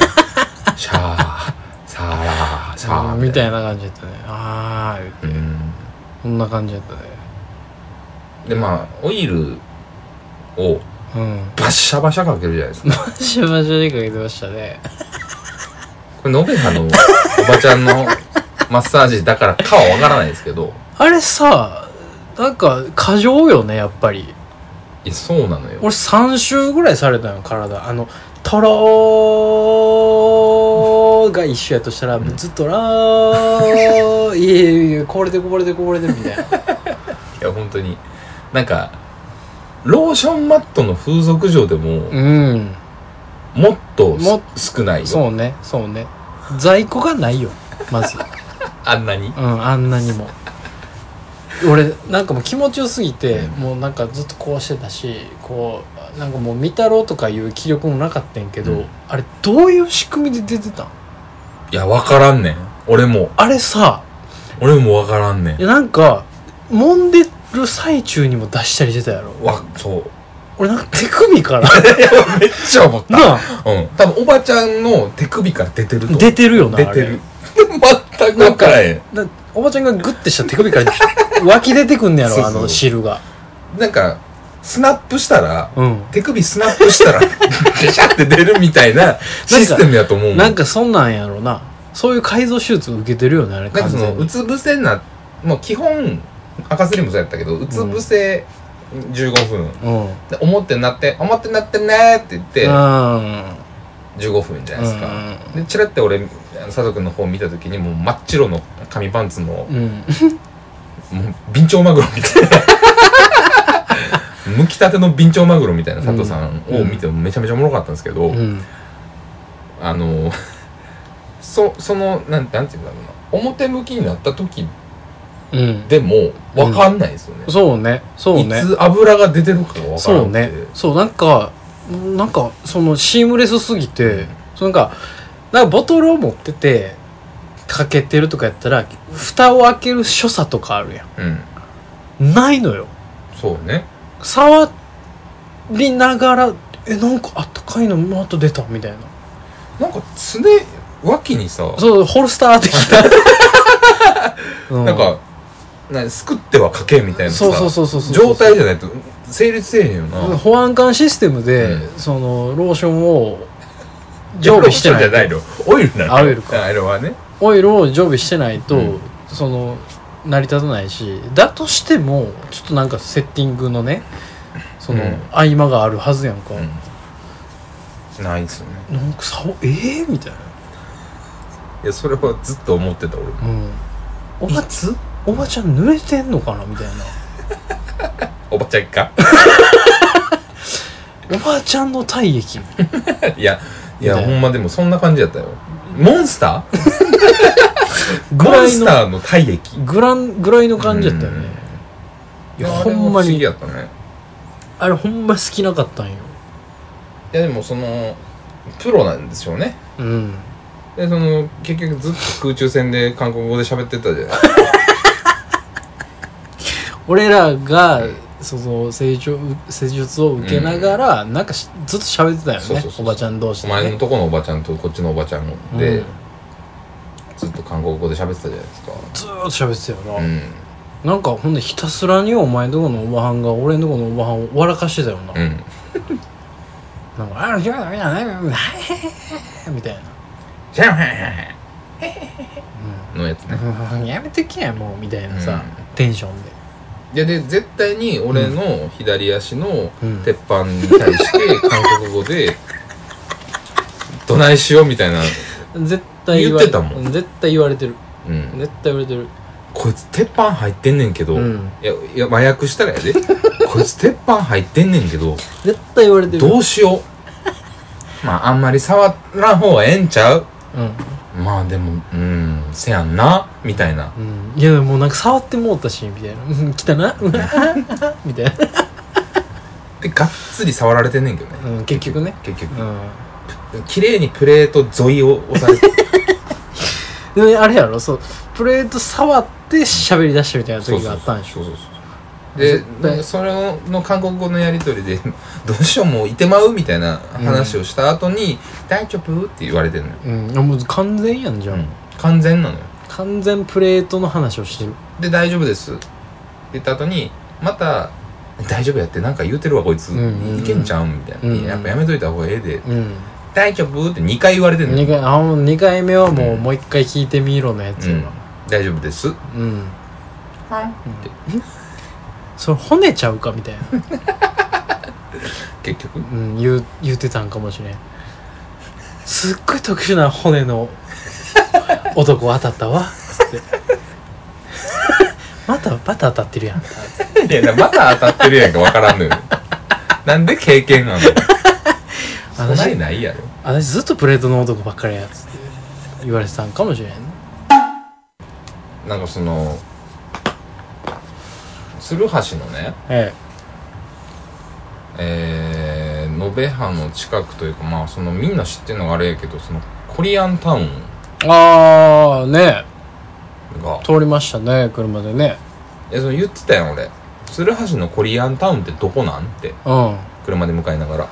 Speaker 2: なシャーサーラーシャー
Speaker 1: うんみたいな感じだったねああ言って、
Speaker 2: うん
Speaker 1: こんな感じだったね
Speaker 2: でまあオイルを (laughs)
Speaker 1: うん
Speaker 2: バッシャバシャかけるじゃないです
Speaker 1: (laughs)
Speaker 2: か
Speaker 1: マシュマシュにかけてましたね
Speaker 2: これ延べ葉のおばちゃんのマッサージだからかはわからないですけど
Speaker 1: あれさなんか過剰よねやっぱり
Speaker 2: いやそうなのよ
Speaker 1: 俺3週ぐらいされたの体あの「とろー」が一緒やとしたらずっと「らー」いやいやいやこぼれてこぼれてこぼれてみたいない
Speaker 2: や本当になんかローションマットの風俗嬢でも
Speaker 1: うん
Speaker 2: もっと
Speaker 1: もっ
Speaker 2: 少ないよ
Speaker 1: そうねそうね在庫がないよまず
Speaker 2: あんなに
Speaker 1: うんあんなにも俺なんかもう気持ちよすぎて、もうなんかずっとこうしてたしこうなんかもう見たろうとかいう気力もなかったんやけど、
Speaker 2: うん
Speaker 1: あれどういう仕組みで出てたん
Speaker 2: いやわからんねん俺も
Speaker 1: あれさ
Speaker 2: 俺もわからんね
Speaker 1: い
Speaker 2: ん
Speaker 1: やなんか揉んでる最中にも出したりしてたやろ
Speaker 2: わそう
Speaker 1: 俺なんか手首から
Speaker 2: (laughs) めっちゃ思っ
Speaker 1: なあ
Speaker 2: たうん多分おばちゃんの手首から出てる
Speaker 1: (laughs)
Speaker 2: と
Speaker 1: 出てるよな
Speaker 2: 出
Speaker 1: あ
Speaker 2: て
Speaker 1: れ
Speaker 2: る (laughs) 全く分からへん
Speaker 1: だおばちゃんがグッてした手首から
Speaker 2: (laughs)
Speaker 1: 湧き出てくんねや
Speaker 2: そう
Speaker 1: ろ
Speaker 2: そ
Speaker 1: あ
Speaker 2: う
Speaker 1: の汁が
Speaker 2: なんかスナップしたら
Speaker 1: うん
Speaker 2: 手首スナッ
Speaker 1: (laughs)
Speaker 2: プしたらビシャって出るみたいなシステムやと思うもん
Speaker 1: なんかそんなんやろなそういう改造手術受けてるよねあれ
Speaker 2: なん
Speaker 1: 完
Speaker 2: かそ
Speaker 1: 全
Speaker 2: の
Speaker 1: に
Speaker 2: うつ伏せになもう基本赤すりもそうやったけどうつ伏せ15分、
Speaker 1: うん
Speaker 2: で表になって「表になってね」って言って
Speaker 1: うん
Speaker 2: 15分じゃないです
Speaker 1: うんうん
Speaker 2: か、でチラッて俺佐藤君の方見た時にもう真っ白の紙パンツのも
Speaker 1: うん
Speaker 2: うビンチョウマグロみたいなむきたてのビンチョウマグロみたいな佐藤さんを見てめちゃめちゃおもろかったんですけど、
Speaker 1: うん
Speaker 2: あのそそのなんなんていうんだろうな表向きになった時
Speaker 1: うん
Speaker 2: でも分かんないですよね、
Speaker 1: そうねそうね
Speaker 2: いつ油が出てるかが分からん
Speaker 1: そうねそうなんかなんかそのシームレスすぎてそのなんかなんかボトルを持っててかけてるとかやったら蓋を開ける所作とかあるや
Speaker 2: うん
Speaker 1: んないのよ
Speaker 2: そうね
Speaker 1: 触りながらえなんかあったかいのまた出たみたいな
Speaker 2: なんか常脇にさ
Speaker 1: そうホルスター的
Speaker 2: (laughs)
Speaker 1: なう
Speaker 2: なんかなすくってはかけみたいなさ
Speaker 1: そうそうそうそうそう
Speaker 2: 状態じゃないと成立せえへんよな、
Speaker 1: 保安官システムで、
Speaker 2: う
Speaker 1: そのローションを常備してな
Speaker 2: じゃ
Speaker 1: い
Speaker 2: ないのオイルなの
Speaker 1: あオイルか
Speaker 2: あれはね
Speaker 1: オイルを常備してないと、
Speaker 2: うん
Speaker 1: その成り立たないしだとしてもちょっとなんかセッティングのねその、
Speaker 2: うん
Speaker 1: 合間があるはずやんか、
Speaker 2: うんないですよね
Speaker 1: なんかさええみたい
Speaker 2: いやそれはずっと思ってた俺も
Speaker 1: な、うん、おば
Speaker 2: つ
Speaker 1: おばちゃん濡れてんのかなみたい
Speaker 2: おばちゃ
Speaker 1: (laughs)
Speaker 2: ん
Speaker 1: な
Speaker 2: か
Speaker 1: おばちゃんの体
Speaker 2: (laughs)
Speaker 1: 液
Speaker 2: いやいや
Speaker 1: みたいな
Speaker 2: ほんまでもそんな感じやったよモンスター
Speaker 1: ぐ
Speaker 2: モ
Speaker 1: ら
Speaker 2: ン
Speaker 1: い
Speaker 2: ス
Speaker 1: の
Speaker 2: ターの体液
Speaker 1: ぐらんぐらいの感じやったよねいや
Speaker 2: あ
Speaker 1: ほ
Speaker 2: れは
Speaker 1: んま
Speaker 2: 不思議
Speaker 1: に
Speaker 2: やったね
Speaker 1: あれほんま好きなかったんよ
Speaker 2: いやでもそのプロなんでしょうね
Speaker 1: うん
Speaker 2: でその結局ずっと空中戦で韓国語で喋ってたじゃない
Speaker 1: 俺らがその成長施術を受けながら、なんかしずっと喋ってたよね
Speaker 2: そうそうそう
Speaker 1: おばちゃん同士
Speaker 2: お
Speaker 1: で、ね、
Speaker 2: 前のとこのおばちゃんとこっちのおばちゃんで、
Speaker 1: うん
Speaker 2: ずっと韓国語で喋ってたじゃないですか
Speaker 1: ずーっと喋ってたよ
Speaker 2: う
Speaker 1: な、
Speaker 2: ん
Speaker 1: なんかほんでひたすらにお前のとこのおばはんが俺のとこのおばはんを笑かしてたよな、
Speaker 2: うん
Speaker 1: なんか「あら今日ダメだねうんはいはいはい」みたいな
Speaker 2: シャンハン (laughs) のやつね
Speaker 1: 「うんやめてきやもう」みたいなさ、
Speaker 2: う
Speaker 1: テンションで
Speaker 2: いやで絶対に俺の左足の
Speaker 1: うん
Speaker 2: 鉄板に
Speaker 1: (laughs)
Speaker 2: 対して韓国語で「どないしよう」みたいな、
Speaker 1: 絶対われ
Speaker 2: 言ってたも
Speaker 1: 絶対言われてる
Speaker 2: うん、
Speaker 1: 絶対言われてる
Speaker 2: こいつ鉄板入ってんねんけど、
Speaker 1: うん
Speaker 2: いやいや麻薬したらやで (laughs) こいつ鉄板入ってんねんけど
Speaker 1: 絶対言われてる
Speaker 2: どうしようまああんまり触らん方がええんちゃう
Speaker 1: うん
Speaker 2: まあでもうんせやんなみたいな
Speaker 1: うん、いやでももうなんか触ってもうたしみたいなうん「来たな」うわみたいな、
Speaker 2: でがっつり触られてんねんけどね
Speaker 1: うん、結局ね
Speaker 2: 結
Speaker 1: う
Speaker 2: 局
Speaker 1: ん
Speaker 2: 綺麗にプレート沿いを押されて
Speaker 1: でもねあれやろそうプレート触って喋り出したみたいな時があったんでしょ
Speaker 2: そうそうそうで
Speaker 1: 絶対
Speaker 2: それの韓国語のやり取りで (laughs) 「どうしようもういてまう」みたいな話をした後に「大丈夫?」って言われてんのよ、
Speaker 1: うんあもう完全やんじゃん、
Speaker 2: うん完全なのよ
Speaker 1: 完全プレートの話をしてる
Speaker 2: で「大丈夫です」って言った後に「また大丈夫やってなんか言うてるわこいつ、
Speaker 1: うんうんうん
Speaker 2: いけんちゃうんみたいな、
Speaker 1: うんうん
Speaker 2: やっぱやめといた方がええで、
Speaker 1: うん
Speaker 2: 大丈夫って2回言われてんの、
Speaker 1: 2回あもう2回目はもうもう1回聞いてみろのやつ
Speaker 2: うん
Speaker 1: やわ、
Speaker 2: 大丈夫です
Speaker 1: うん、それ骨ちゃうかみたいな、
Speaker 2: 結局
Speaker 1: うん、言う言うてたんかもしれんすっごい特殊な骨 (laughs) の男当たったわつって (laughs) またまた当たってるやん
Speaker 2: いやまた当たってるやんかわからんのよなんで経験なのそ
Speaker 1: (laughs) 私
Speaker 2: ないないやろ
Speaker 1: 私ずっとプレートの男ばっかりやつって言われてたんかもしれんね
Speaker 2: なんかその鶴橋のね
Speaker 1: え
Speaker 2: えー、延べ藩の近くというかまあそのみんな知ってるのがあれやけどそのコリアンタウン
Speaker 1: えああね
Speaker 2: が
Speaker 1: 通りましたね車でね
Speaker 2: えその言ってたやん俺鶴橋のコリアンタウンってどこなんって
Speaker 1: うん
Speaker 2: 車で向かいながら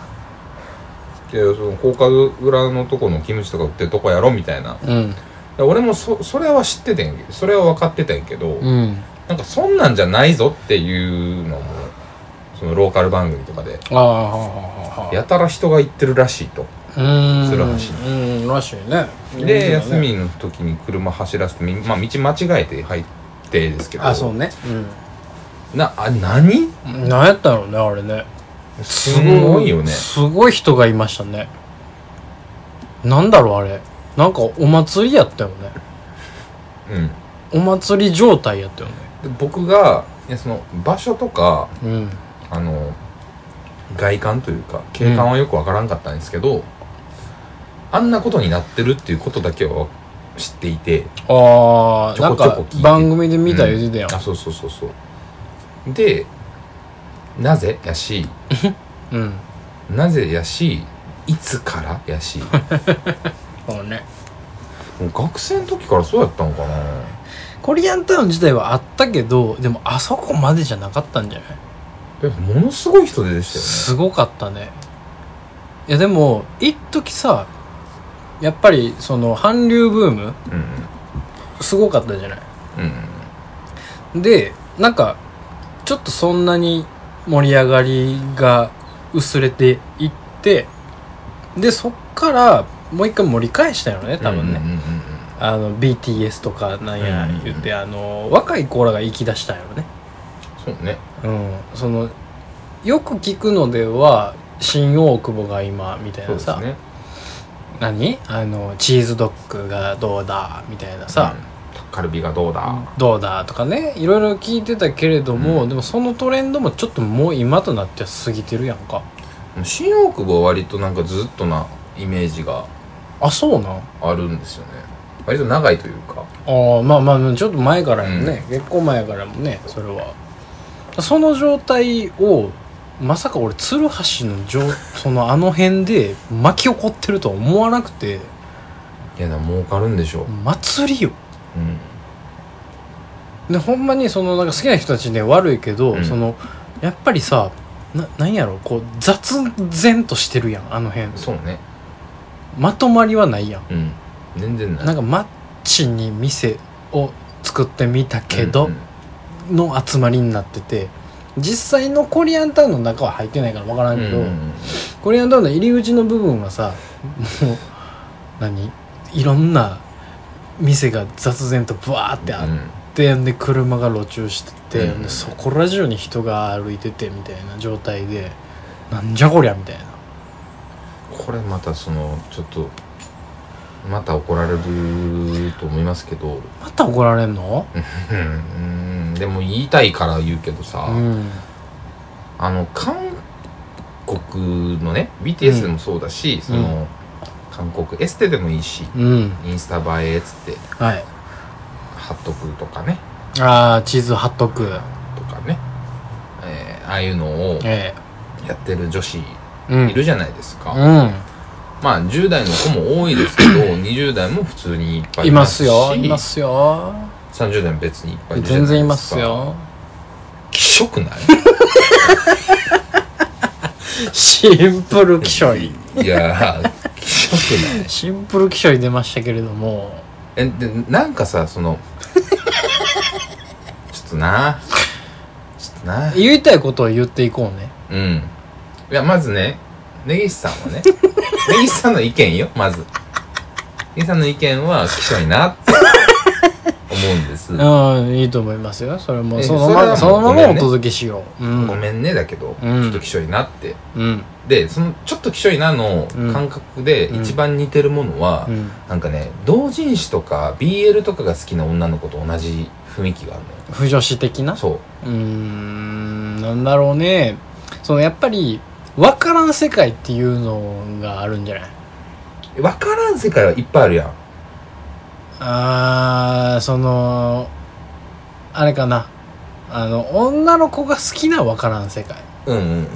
Speaker 2: でその高架裏のとこのキムチとか売ってるとこやろみたいな
Speaker 1: うん
Speaker 2: で俺もそそれは知っててんけどそれは分かってたんやけど、
Speaker 1: うん
Speaker 2: なんかそんなんじゃないぞっていうのもそのローカル番組とかで
Speaker 1: ああはあはあはあ
Speaker 2: やたら人が行ってるらしいと
Speaker 1: うーん
Speaker 2: 鶴橋
Speaker 1: うんらしいね
Speaker 2: で
Speaker 1: 日本人は
Speaker 2: 休
Speaker 1: ね
Speaker 2: みの時に車走らせてみまあ道間違えて入ってですけど
Speaker 1: あそうねうん
Speaker 2: なあ何
Speaker 1: 何やったろうねあれね
Speaker 2: すごいよね
Speaker 1: すごい人がいましたねなんだろうあれなんかお祭りやったよね
Speaker 2: うん
Speaker 1: お祭り状態やったよね
Speaker 2: で僕がいやその場所とか
Speaker 1: うん
Speaker 2: あの外観というか景観はよくわからんかったんですけど、あんなことになってるっていうことだけは知っていて
Speaker 1: ああ
Speaker 2: ちょ
Speaker 1: なん
Speaker 2: こちょこ
Speaker 1: か
Speaker 2: 聞いて
Speaker 1: 番組で見た言うてたやん
Speaker 2: あそうそうそうそうでなぜやし
Speaker 1: うん
Speaker 2: なぜやしいつからやし
Speaker 1: そうね
Speaker 2: もう学生の時からそうやったのかな
Speaker 1: コリアンタウン自体はあったけどでもあそこまでじゃなかったんじゃない
Speaker 2: でもものすごい人出でした
Speaker 1: すごかったねいやでも一時さやっぱりその韓流ブーム
Speaker 2: よね
Speaker 1: すごかったじゃない
Speaker 2: うん
Speaker 1: でなんかちょっとそんなに盛り上がりが薄れていってでそっからもう一回盛り返したよね多分ね、
Speaker 2: うんうんうんうん
Speaker 1: あの BTS とかなんや言って、あの若い子らが行き出したよね
Speaker 2: そうね
Speaker 1: うんそのよく聞くのでは新大久保が今みたい
Speaker 2: そ
Speaker 1: な
Speaker 2: うです
Speaker 1: さ、
Speaker 2: ね
Speaker 1: 何あのチーズドッグがどうだみたいなさ、
Speaker 2: うんタッカルビがどうだ、
Speaker 1: どうだとかねいろいろ聞いてたけれども、でもそのトレンドもちょっともう今となっては過ぎてるやんか
Speaker 2: 新大久保は割となんかずっとなイメージが
Speaker 1: あそうなん
Speaker 2: あるんですよね割と長いというか
Speaker 1: ああまあまあちょっと前からやもね、結構前からもねそれはその状態をまさか俺鶴橋の状そのあの辺で巻き起こってるとは思わなくて
Speaker 2: いやな儲かるんでしょ
Speaker 1: 祭りよ
Speaker 2: う、うん、
Speaker 1: でほんまにそのなんか好きな人たちね悪いけど、
Speaker 2: うん
Speaker 1: そのやっぱりさななんやろこう雑然としてるやんあの辺
Speaker 2: そうね
Speaker 1: まとまりはないやん
Speaker 2: うん全然ない
Speaker 1: なんかマッチに店を作ってみたけ
Speaker 2: う
Speaker 1: ど
Speaker 2: んうん
Speaker 1: の集まりになってて実際のコリアンタウンの中は入ってないから分からんけど、
Speaker 2: うんうん
Speaker 1: コリアンタウンの入り口の部分はさもう何いろんな店が雑然とブワーってあっ
Speaker 2: うん
Speaker 1: でで車が路駐してて、
Speaker 2: うん
Speaker 1: でそこら中に人が歩いててみたいな状態でなんじゃこりゃみたいな
Speaker 2: これまたそのちょっとまた怒られると思いますけど
Speaker 1: また怒られんの
Speaker 2: うんうんでも言いたいから言うけどさ、
Speaker 1: うん
Speaker 2: あの韓国のね BTS でもそうだし、その韓国エステでもいいし
Speaker 1: うん
Speaker 2: インスタ映えっつって
Speaker 1: はい
Speaker 2: 貼っとくとかね
Speaker 1: ああ地図貼っとく
Speaker 2: とかね、えーああいうのを
Speaker 1: え
Speaker 2: やってる女子
Speaker 1: えうん
Speaker 2: いるじゃないですか、
Speaker 1: うん
Speaker 2: まあ10代の子も多いですけど20代も普通にいっぱい
Speaker 1: いますよ
Speaker 2: し
Speaker 1: いますよ
Speaker 2: 30代も別にいっぱいいるじゃない
Speaker 1: 全
Speaker 2: ですか
Speaker 1: 然います
Speaker 2: (laughs)
Speaker 1: よ
Speaker 2: きしょくない
Speaker 1: シンプ (laughs) ル気象い
Speaker 2: いやーきしょくない
Speaker 1: シンプル気象い出ましたけれども
Speaker 2: えで (laughs) なんかさそのちょっとなちょっですな
Speaker 1: 言いたいことを言っていこうね
Speaker 2: うんいやまずね根岸さ
Speaker 1: (laughs)
Speaker 2: んはね根岸さんの意見よまず根岸さんの意見は貴重いなって思うんです、
Speaker 1: うんいいと思いますよそれも
Speaker 2: ええ
Speaker 1: その
Speaker 2: それは
Speaker 1: ま
Speaker 2: も
Speaker 1: ま
Speaker 2: う
Speaker 1: そのま
Speaker 2: ごめ
Speaker 1: ま
Speaker 2: ん
Speaker 1: お
Speaker 2: ね
Speaker 1: 届けしよううん
Speaker 2: ごめんねだけど、
Speaker 1: うん
Speaker 2: ちょっと貴重いなって
Speaker 1: うん
Speaker 2: でそのちょっと貴重いなの感覚で
Speaker 1: うん
Speaker 2: 一番似てるものは、
Speaker 1: うん
Speaker 2: なんかね同人誌とか BL とかが好きな女の子と同じ雰囲気があるのよ
Speaker 1: 不女子的な
Speaker 2: そう
Speaker 1: うーんなんだろうねそのやっぱり分からん世界っていうのがあるんじゃない
Speaker 2: え分からん世界はいっぱいあるやん
Speaker 1: あーそのあれかなあの女の子が好きな分からん世界
Speaker 2: うんうんうん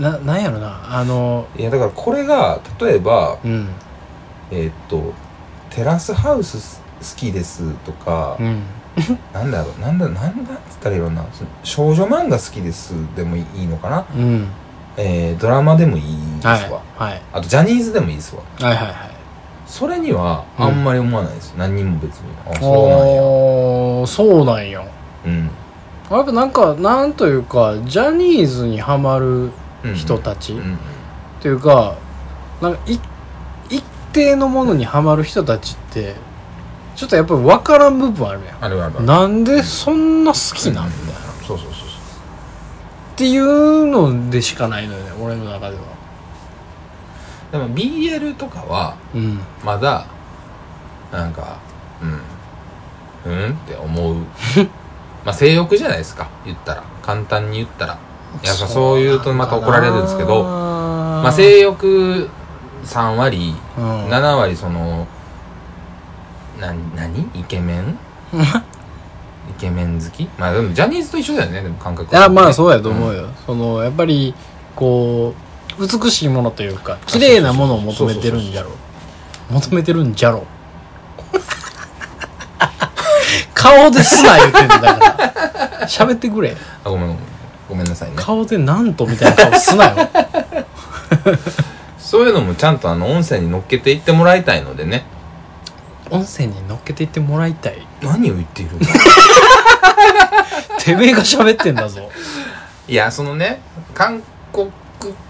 Speaker 1: ななんやろなあの
Speaker 2: いやだからこれが例えば
Speaker 1: うん
Speaker 2: えーっと「テラスハウス好きです」とか、
Speaker 1: うん
Speaker 2: なんだろうなんだなんだっつったらいいのかなその少女漫画好きですでもいいのかな、
Speaker 1: うん
Speaker 2: えードラマでもいいですわ、
Speaker 1: はいはい
Speaker 2: あとジャニーズでもいいですわ
Speaker 1: はいはいはい
Speaker 2: それにはあんまり思わないです、何人も別にあそうなんや
Speaker 1: おーそうなんや
Speaker 2: うん、
Speaker 1: やっぱなんかなんというかジャニーズにハマる
Speaker 2: うん、
Speaker 1: 人たち、
Speaker 2: うんうん
Speaker 1: というかなんかい一定のものにハマる人たちってちょっとやっぱり分からん部分あるや
Speaker 2: あるあるあ
Speaker 1: ん
Speaker 2: る
Speaker 1: なんでそんな好きなんだよ
Speaker 2: そうそうそうそう
Speaker 1: っていうのでしかないのよね俺の中では
Speaker 2: でも BL とかは
Speaker 1: うん
Speaker 2: まだなんかうんうんっ
Speaker 1: (laughs)
Speaker 2: て思うまあ性欲じゃないですか言ったら簡単に言ったらやっぱそう言うとまた怒られるんですけど
Speaker 1: ま
Speaker 2: まあ性欲3割
Speaker 1: うん
Speaker 2: 7割そのな何イケメンイケメン好きまあでもジャニーズと一緒だよねでも感覚
Speaker 1: いやまあそうやと思うよ、そのやっぱりこう美しいものというか綺麗なものを求めてるんじゃろ求めてるんじゃろ顔ですな言ってんだから喋ってくれ
Speaker 2: あごめんごめんごめんなさいね
Speaker 1: 顔でなんとみたいな顔すなよ
Speaker 2: そういうのもちゃんとあの音声に乗っけていってもらいたいのでね
Speaker 1: 音声に乗っけていってもらいたい
Speaker 2: 何を言っているんだ
Speaker 1: てめえが喋ってんだぞ
Speaker 2: いやそのね韓国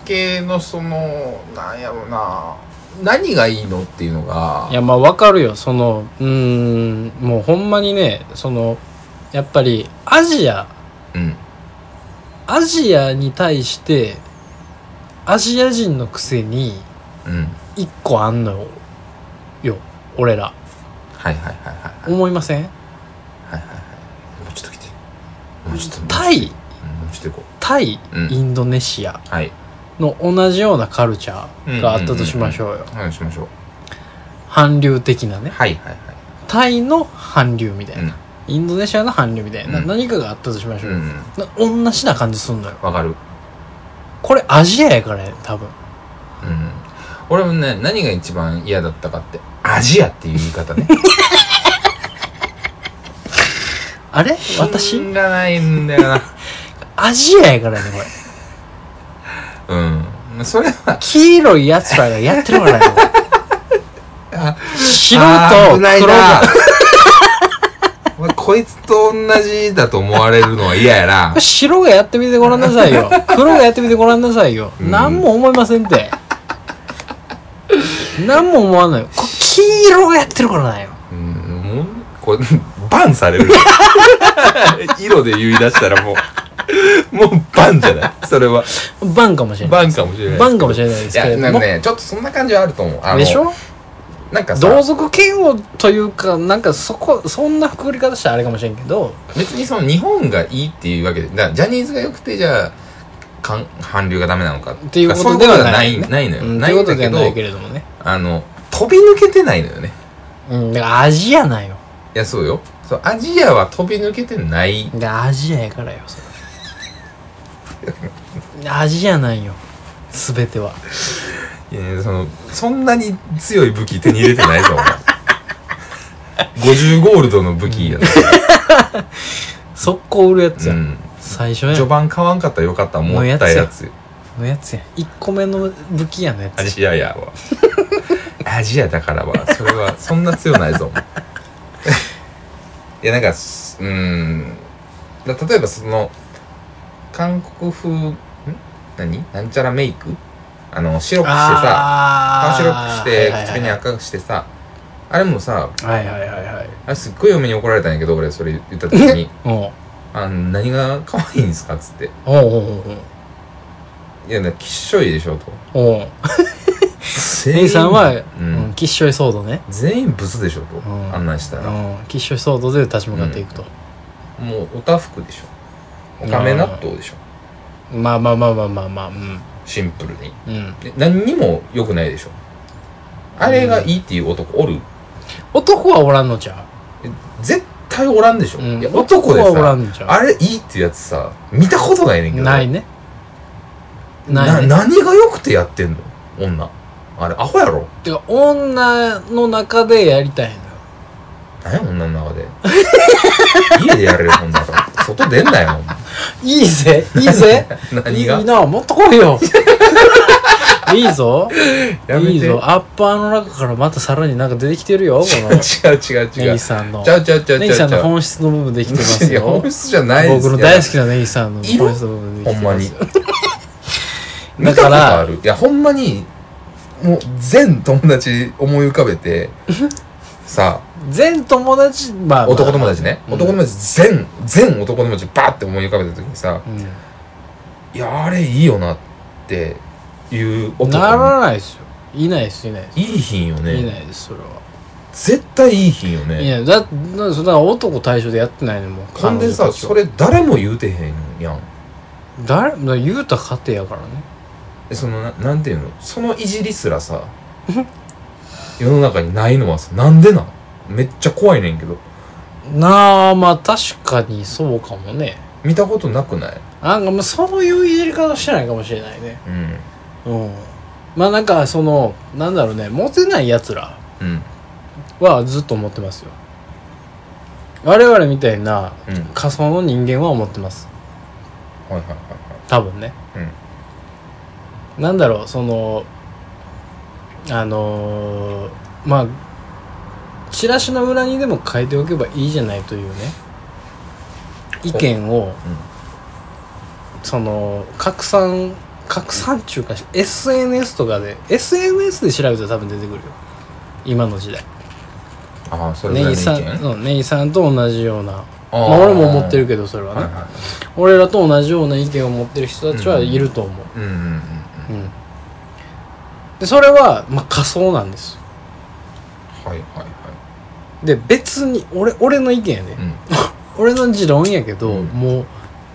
Speaker 2: 系のそのなんやろうな何がいいのっていうのが
Speaker 1: いやまあわかるよそのうーんもうほんまにねそのやっぱりアジア
Speaker 2: うん
Speaker 1: アジアに対してアジア人のくせに
Speaker 2: うん
Speaker 1: 一個あんのよよ俺ら
Speaker 2: はいはいはいはいはい
Speaker 1: 思いません
Speaker 2: はいはいもうちょっと来てもうちょっと
Speaker 1: タイ
Speaker 2: うんもうちょっと行こ
Speaker 1: タイ、
Speaker 2: うん
Speaker 1: インドネシア
Speaker 2: うはい
Speaker 1: の同じようなカルチャーがあったとしましょうよ、
Speaker 2: 話しましょう
Speaker 1: 韓流的なね
Speaker 2: はいはい
Speaker 1: タイの韓流みたい
Speaker 2: はい
Speaker 1: な、インドネシアの韓流みたいな、
Speaker 2: うん
Speaker 1: 何かがあったとしまし
Speaker 2: う
Speaker 1: ょう
Speaker 2: んう
Speaker 1: よ、
Speaker 2: んうん
Speaker 1: な同じな感じすんのよ
Speaker 2: わかる
Speaker 1: これアジアやからね多分
Speaker 2: うん俺もね何が一番嫌だったかってアジアっていう言い方ね
Speaker 1: あれ私
Speaker 2: 品がないんだよな
Speaker 1: アジアやからねこれ
Speaker 2: うんそれは
Speaker 1: 黄色いやつらがやってるからよ
Speaker 2: (laughs) あ
Speaker 1: 白
Speaker 2: あー
Speaker 1: と
Speaker 2: 危ない
Speaker 1: 黒
Speaker 2: な
Speaker 1: が
Speaker 2: (laughs) お前こいつと同じだと思われるのは嫌やな
Speaker 1: 白がやってみてごらんなさい
Speaker 2: (laughs)
Speaker 1: よ黒がやってみてごらんなさいよ、
Speaker 2: うん
Speaker 1: 何も思いませんって何も思わないよこ黄色がやってるからなんよ
Speaker 2: うんもうこれバンされる (laughs) 色で言い出したらもうもうバンじゃないそれは
Speaker 1: バンかもしれない
Speaker 2: バンかもしれない
Speaker 1: バンかもしれないです
Speaker 2: い
Speaker 1: けれ
Speaker 2: や
Speaker 1: ど
Speaker 2: なん
Speaker 1: も
Speaker 2: かねちょっとそんな感じはあると思うあの
Speaker 1: でしょ
Speaker 2: なんか
Speaker 1: 同
Speaker 2: さ
Speaker 1: 族嫌悪というかなんかそこそんなくくり方したらあれかもしれんけど
Speaker 2: 別にその日本がいいっていうわけでだからジャニーズが良くてじゃあ韓韓流がダメなのか
Speaker 1: っていうこ
Speaker 2: そうい
Speaker 1: とで
Speaker 2: う
Speaker 1: は
Speaker 2: な
Speaker 1: ないい
Speaker 2: ないのよ、
Speaker 1: うんと
Speaker 2: ないいう
Speaker 1: こ
Speaker 2: ん
Speaker 1: と
Speaker 2: だ
Speaker 1: で
Speaker 2: け
Speaker 1: は
Speaker 2: ど
Speaker 1: ないけれどもね
Speaker 2: あの飛び抜けてないのよね
Speaker 1: うんだからアジアなんよ
Speaker 2: いやそうよそうアジアは飛び抜けてない
Speaker 1: でアジアやからよそれアジアなんよ全てはい
Speaker 2: やそのそんなに強い武器手に入れてないぞお前 (laughs) 50ゴールドの武器やな、
Speaker 1: 速攻売るやつや、
Speaker 2: うん、
Speaker 1: 最初や
Speaker 2: 序
Speaker 1: ん
Speaker 2: 盤買わんかったらよかったもったいやつ
Speaker 1: のやつやん1個目の武器やのや
Speaker 2: ア
Speaker 1: つ
Speaker 2: ジアやわ (laughs) アジアだからはそれは (laughs) そんな強ないぞお前いやなんかすうーんだ例えばその韓国風ん何なんちゃらメイクあの白くしてさ
Speaker 1: あ
Speaker 2: 顔
Speaker 1: ー
Speaker 2: 白くして
Speaker 1: はいはいはい
Speaker 2: 唇赤くしてさあれもさ
Speaker 1: はいはいはいはい
Speaker 2: あれすっごい嫁に怒られたんやけど俺それ言った時に
Speaker 1: おう
Speaker 2: 「あの何が可愛いんですか?」っつって
Speaker 1: おうおうおう
Speaker 2: 「いやだからきっしょいでしょ」と
Speaker 1: おうおう
Speaker 2: 全
Speaker 1: 姉さんは、
Speaker 2: う
Speaker 1: うんん、きっしょい騒動ね
Speaker 2: 全員ブスでしょと、
Speaker 1: ん
Speaker 2: 案内したら、
Speaker 1: うんきっしょい騒動で立ち向かっていくと、
Speaker 2: もうおたふくでしょおかめ納豆でしょ
Speaker 1: まあまあまあまあまあまあうん
Speaker 2: シンプル
Speaker 1: う
Speaker 2: に
Speaker 1: ん
Speaker 2: で何にも良くないでしょあれがいいっていう男おる、
Speaker 1: 男はおらんのじゃ
Speaker 2: 絶対おらんでしょ、
Speaker 1: う、うん、
Speaker 2: いや男で
Speaker 1: はおら
Speaker 2: さ
Speaker 1: んのじゃ
Speaker 2: あれいいっていうやつさ見たことないねんけど
Speaker 1: ないねない
Speaker 2: な
Speaker 1: ね
Speaker 2: 何が良くてやってんの女あれアホやろ
Speaker 1: てか女の中でやりたいのよ
Speaker 2: 何や女
Speaker 1: (laughs)
Speaker 2: の中で家でやれる女だから外出んなよ
Speaker 1: いい
Speaker 2: (laughs)
Speaker 1: ぜいいぜ (laughs)
Speaker 2: 何が
Speaker 1: いいなもっと来いよ (laughs) いいぞ
Speaker 2: やめて
Speaker 1: いいぞアッパーの中からまたさらになんか出てきてるよこ
Speaker 2: 違う
Speaker 1: の
Speaker 2: 違う違
Speaker 1: ネ
Speaker 2: う
Speaker 1: ギさんの
Speaker 2: ちゃうちゃうちゃう
Speaker 1: ネギ
Speaker 2: ちゃ
Speaker 1: さ
Speaker 2: うんち
Speaker 1: の
Speaker 2: ゃう
Speaker 1: 本質の部分できてます
Speaker 2: いや
Speaker 1: よ
Speaker 2: 本質じゃないです
Speaker 1: 僕の大好きなネギさんの
Speaker 2: いる
Speaker 1: 本質の部分できて (laughs) ますよ
Speaker 2: 見た
Speaker 1: だか
Speaker 2: ことあ
Speaker 1: ら
Speaker 2: るいやほんまにもう全友達思い浮かべてさ
Speaker 1: 全友達まあ、まあ、
Speaker 2: 男友達ね、
Speaker 1: うん
Speaker 2: 男友達全全男友達バーって思い浮かべた時にさ
Speaker 1: う
Speaker 2: 「いやあれいいよな」っていう男
Speaker 1: ん、ならないですよいないですいないです
Speaker 2: いいひんよ
Speaker 1: い
Speaker 2: ね
Speaker 1: ないですそれは
Speaker 2: 絶対いいひんよね
Speaker 1: いやだだそんな男対象でやってないのもう
Speaker 2: ほんで
Speaker 1: 彼
Speaker 2: さ
Speaker 1: 女たちは
Speaker 2: それ誰も言うてへんやん
Speaker 1: 誰だ言うたら家庭やからね
Speaker 2: えそのななんていうのそのいじりすら
Speaker 1: (laughs)
Speaker 2: さ世の中にないのはさなんでなんめっちゃ怖いねんけど
Speaker 1: なあまあ確かにそうかもね
Speaker 2: 見たことなくない
Speaker 1: なんかもうそういういじり方してないかもしれないね
Speaker 2: うん
Speaker 1: うんまあなんかそのなんだろうねモテないやつら
Speaker 2: うん
Speaker 1: はずっと思ってますよ我々みたいな
Speaker 2: うんはい
Speaker 1: 仮想の人間は思ってます
Speaker 2: はいはいはい
Speaker 1: 多分ね、なんだろうそのあのーまあチラシの裏にでも書いておけばいいじゃないというね意見をその拡散拡散っていうか SNS とかで SNS で調べたら多分出てくるよ今の時代
Speaker 2: ああそれぐら
Speaker 1: ネ
Speaker 2: い
Speaker 1: イ
Speaker 2: の
Speaker 1: さ
Speaker 2: 意
Speaker 1: ん
Speaker 2: 見
Speaker 1: うんネイさんと同じようなま
Speaker 2: あ
Speaker 1: あ俺も思ってるけどそれは
Speaker 2: ど
Speaker 1: ね、
Speaker 2: はいは
Speaker 1: 俺らと同じような意見を持ってる人たちはいると思う、
Speaker 2: いうんうんうんう
Speaker 1: う
Speaker 2: ん
Speaker 1: ん、でそれは、まあ、仮想なんですよ
Speaker 2: はいはいは
Speaker 1: で別に俺俺の意見やね、
Speaker 2: いうん
Speaker 1: 俺の持論やけど、
Speaker 2: うん
Speaker 1: もう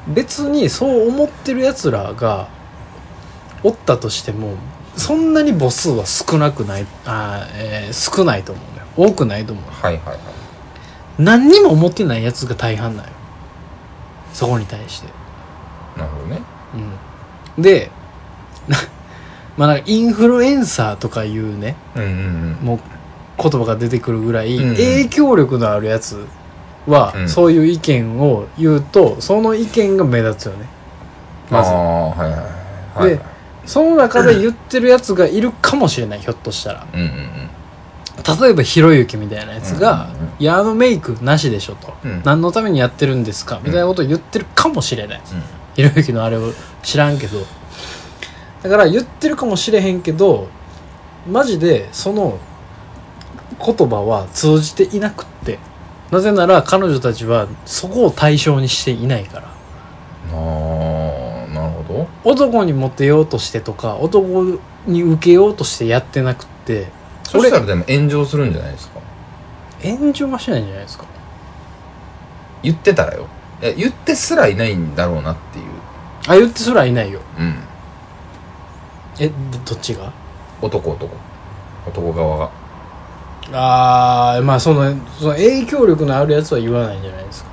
Speaker 1: 別にそう思ってるやつらがおったとしてもそんなに母数は少なくないあー、えー少ないと思うのよ多くないと思う
Speaker 2: はいはいはい
Speaker 1: 何にも思ってないやつが大半なんよそこに対して
Speaker 2: なるほどね
Speaker 1: うんで (laughs) なまあなんかインフルエンサーとかいうね
Speaker 2: うんうん
Speaker 1: もう言葉が出てくるぐらい
Speaker 2: うんうん
Speaker 1: 影響力のあるやつは
Speaker 2: うん
Speaker 1: そういう意見を言うとその意見が目立つよね
Speaker 2: あ
Speaker 1: まず
Speaker 2: あはいはいはいはい
Speaker 1: でその中で言ってるやつがいるかもしれないひょっとしたら
Speaker 2: うんうん
Speaker 1: 例えばひろゆきみたいなやつが
Speaker 2: うんうんうん
Speaker 1: 「いやあのメイクなしでしょ」と
Speaker 2: うん
Speaker 1: 「何のためにやってるんですか」みたいなことを言ってるかもしれない
Speaker 2: うん
Speaker 1: ひろゆきのあれを知らんけどだから言ってるかもしれへんけどマジでその言葉は通じていなくってなぜなら彼女たちはそこを対象にしていないから
Speaker 2: ああなるほど
Speaker 1: 男にモテようとしてとか男に受けようとしてやってなくって
Speaker 2: そしたらでも炎上するんじゃないですか
Speaker 1: 炎上はしないんじゃないですか
Speaker 2: 言ってたらよいや言ってすらいないんだろうなっていう
Speaker 1: あ言ってすらいないよ
Speaker 2: うん
Speaker 1: えどどっちが
Speaker 2: 男男男側が
Speaker 1: あーまあそのその影響力のあるやつは言わないんじゃないですか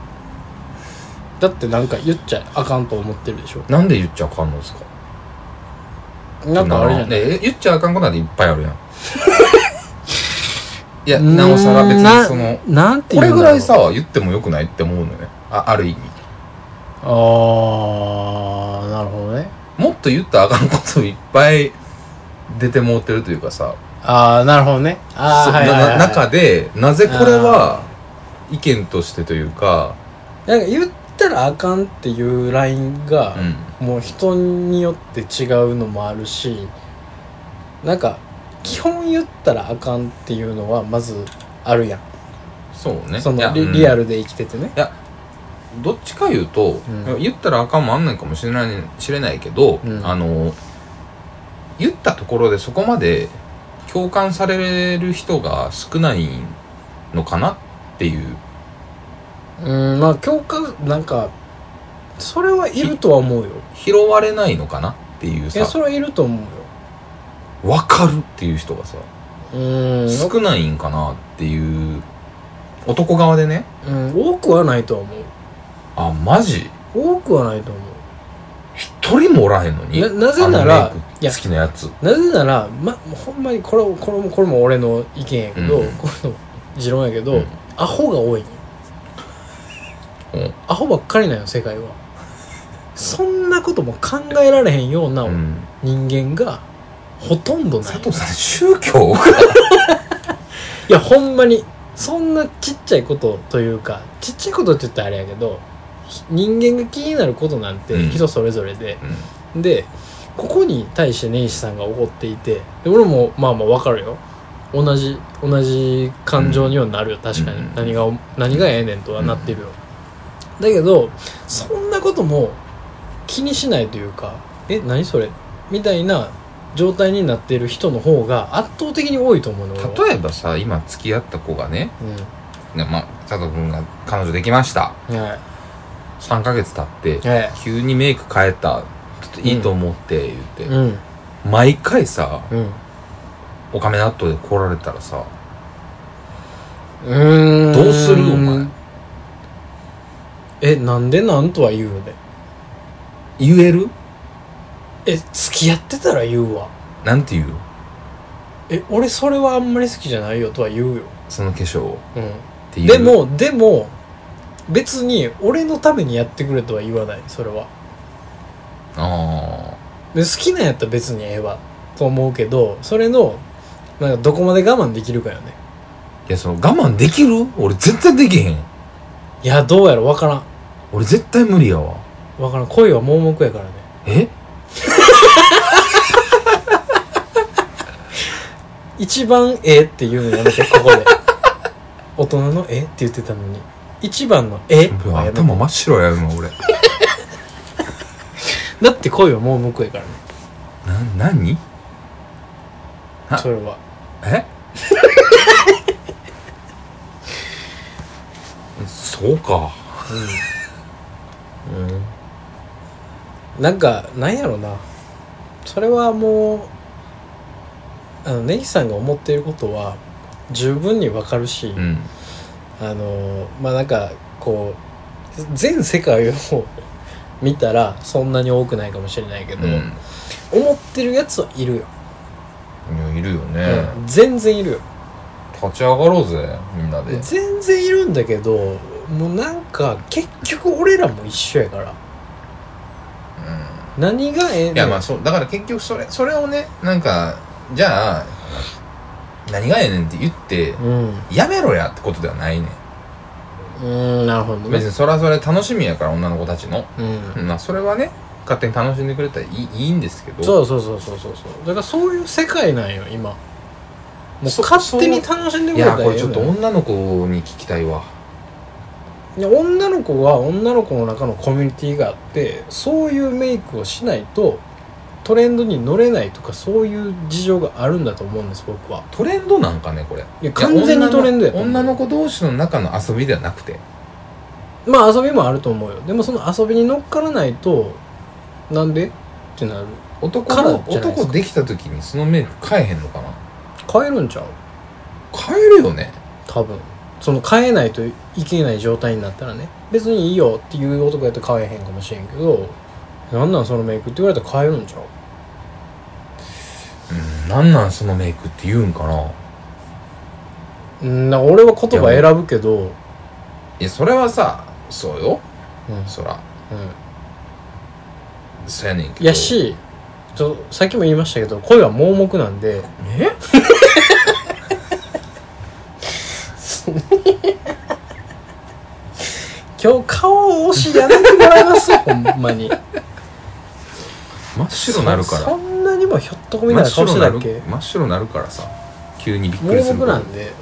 Speaker 1: だってなんか言っちゃあかんと思ってるでしょ
Speaker 2: なんで言っちゃあかんのですか
Speaker 1: なんかあれじゃない
Speaker 2: ねえ言っちゃあかんことなんていっぱいある
Speaker 1: (laughs)
Speaker 2: やんいや
Speaker 1: うーん
Speaker 2: なおさら別にその
Speaker 1: ななんて言
Speaker 2: これ
Speaker 1: うん
Speaker 2: ぐ
Speaker 1: だろう
Speaker 2: らいさ言ってもよくないって思うのよねあある意味
Speaker 1: ああなるほどね
Speaker 2: もっと言ったらあかんこといっぱい出てもうてるというかさ
Speaker 1: ああなるほどねあ
Speaker 2: そ
Speaker 1: あはいはい、はい、
Speaker 2: な中でなぜこれは意見としてというか
Speaker 1: なんか言ったらあかんっていうラインが、
Speaker 2: うん
Speaker 1: もう人によって違うのもあるしなんか基本言ったらあかんっていうのはまずあるやん
Speaker 2: そうね
Speaker 1: そ
Speaker 2: いや
Speaker 1: のリリア
Speaker 2: うん
Speaker 1: ルで生きててね
Speaker 2: どっちか言うと、
Speaker 1: うん
Speaker 2: 言ったらあかんもあんないかもしれない知れないけど、
Speaker 1: うん
Speaker 2: あの言ったところでそこまで共感される人が少ないのかなっていう
Speaker 1: うんまあ教科なんかそれはいるとは思うよ
Speaker 2: 拾われないのかなっていう
Speaker 1: いや
Speaker 2: さ
Speaker 1: それはいると思うよ
Speaker 2: 分かるっていう人がさ
Speaker 1: うん
Speaker 2: 少ないんかなっていう男側でね
Speaker 1: うん多くはないとは思う
Speaker 2: あマジ
Speaker 1: 多くはないと思う
Speaker 2: 一人もおらへんのに
Speaker 1: ななぜなら
Speaker 2: あのメイ
Speaker 1: い
Speaker 2: ク
Speaker 1: や
Speaker 2: 好きなやつ
Speaker 1: なぜなら、ま、ほんまにこれこれもこれも俺の意見やけど、
Speaker 2: うん
Speaker 1: これの持論やけど、
Speaker 2: うん
Speaker 1: アホが多いんよ
Speaker 2: うん
Speaker 1: アホばっかりなんよ世界はそんなことも考えられへんような
Speaker 2: うん
Speaker 1: 人間がほとんどない
Speaker 2: 佐藤さん宗教が
Speaker 1: いやほんまにそんなちっちゃいことというかちっちゃいことって言ったらあれやけどひ人間が気になることなん
Speaker 2: う
Speaker 1: て
Speaker 2: ん
Speaker 1: 人それぞれで、でここに対して根岸さんが怒っていてで俺もまあまあわかるよ同じ同じ感情にはなるよ、確かに、
Speaker 2: うん
Speaker 1: 何が何がええねんとはなってるよ、だけどそんなことも気にしないというかえ何それみたいな状態になっている人の方が圧倒的に多いと思うの俺は
Speaker 2: 例えばさ今付き合った子がねねまあ、佐藤君が彼女できました
Speaker 1: うんはい
Speaker 2: 3ヶ月経って
Speaker 1: え
Speaker 2: 急にメイク変えたちょっといいと思って言って
Speaker 1: え、うん
Speaker 2: 毎回さ
Speaker 1: うん
Speaker 2: おかめ納豆で来られたらさ
Speaker 1: うーん
Speaker 2: どうするお前
Speaker 1: えなんでなんとは言うよね
Speaker 2: 言える
Speaker 1: え付き合ってたら言うわ
Speaker 2: なんて言う
Speaker 1: え俺それはあんまり好きじゃないよとは言うよ、
Speaker 2: その化粧を
Speaker 1: う
Speaker 2: って
Speaker 1: ん、
Speaker 2: 言う
Speaker 1: でもでも別に俺のためにやってくれとは言わないそれは
Speaker 2: あ
Speaker 1: で好きなんやったら別にええわと思うけどそれのなんかどこまで我慢できるかよね
Speaker 2: ーいやその我慢できる俺絶対できへん
Speaker 1: いやどうやろわからん
Speaker 2: 俺絶対無理やわ
Speaker 1: わからん恋は盲目やからね
Speaker 2: え
Speaker 1: 一番ええって言うのやめてここ
Speaker 2: (laughs)
Speaker 1: で大人のええって言ってたのに一番のええはやめて
Speaker 2: 頭真っ白やるの俺
Speaker 1: だって恋は盲目やからね
Speaker 2: な何あ
Speaker 1: それは
Speaker 2: えそうかうん
Speaker 1: なんかなんやろなそれはもうあの根岸さんが思っていることは十分にわかるし、
Speaker 2: うん
Speaker 1: あのまあなんかこう全世界を (laughs) 見たらそんなに多くないかもしれないけど、
Speaker 2: う
Speaker 1: 思ってるやつはいるよ、
Speaker 2: ん、いやいるよね、
Speaker 1: うん全然いるよ
Speaker 2: 立ち上がろうぜみんなで
Speaker 1: 全然いるんだけどもうなんか結局俺らも一緒やから何がええ
Speaker 2: いやま
Speaker 1: の
Speaker 2: あそうだから結局それそれをねなんかじゃあ何がええねんって言って
Speaker 1: うん
Speaker 2: やめろやってことではないね
Speaker 1: うーんなるほど
Speaker 2: ん
Speaker 1: ね
Speaker 2: 別にそれはそれ楽しみやから女の子たちの、
Speaker 1: うん
Speaker 2: まあそれはね勝手に楽しんでくれたらいいいいんですけど
Speaker 1: そうそうそうそうそうそうだからそういう世界なんよ今もう
Speaker 2: そ
Speaker 1: 勝手に楽しんでく
Speaker 2: い
Speaker 1: れた
Speaker 2: や
Speaker 1: らえ
Speaker 2: これ
Speaker 1: え
Speaker 2: ちょっと
Speaker 1: のよ
Speaker 2: 女の子に聞きたいわ
Speaker 1: いや女の子は女の子の中のコミュニティがあってそういうメイクをしないとトレンドに乗れないとかそういう事情があるんだと思うんです僕は
Speaker 2: トレンドなんかねこれ
Speaker 1: いや完全にトレンドや
Speaker 2: いや女の女の子同士の中の遊びではなくて
Speaker 1: 子まあ遊びもあると思うよでもその遊びに乗っからないとなんでってなる
Speaker 2: 男
Speaker 1: からじ
Speaker 2: の
Speaker 1: ゃないですか
Speaker 2: 男できた時にそのメイク変えへんのかな
Speaker 1: 変えるんちゃう
Speaker 2: 変えるよね
Speaker 1: 多分その変えないといけない状態になったらね別にいいよっていう男やったら変えへんかもしれんけどなんなんそのメイクって言われたら変えるんちゃう
Speaker 2: うんなんなんそのメイクって言うんかな
Speaker 1: うんなんか俺は言葉選ぶけど
Speaker 2: いやそれはさそうよ
Speaker 1: うん、うん、
Speaker 2: そらそうやねんけど
Speaker 1: いやしちょさっきも言いましたけど恋は盲目なんで
Speaker 2: え
Speaker 1: 今日顔押しやめてもらいます (laughs) ほんまに
Speaker 2: 真っ白なるか
Speaker 1: そ
Speaker 2: ら
Speaker 1: そんなにもひょっとこみ
Speaker 2: 真
Speaker 1: たいな
Speaker 2: っ
Speaker 1: 顔し
Speaker 2: 白
Speaker 1: て
Speaker 2: な
Speaker 1: たっ
Speaker 2: る
Speaker 1: け
Speaker 2: 真っ白なるからさ急にびっくりす
Speaker 1: 盲目
Speaker 2: ること
Speaker 1: なんで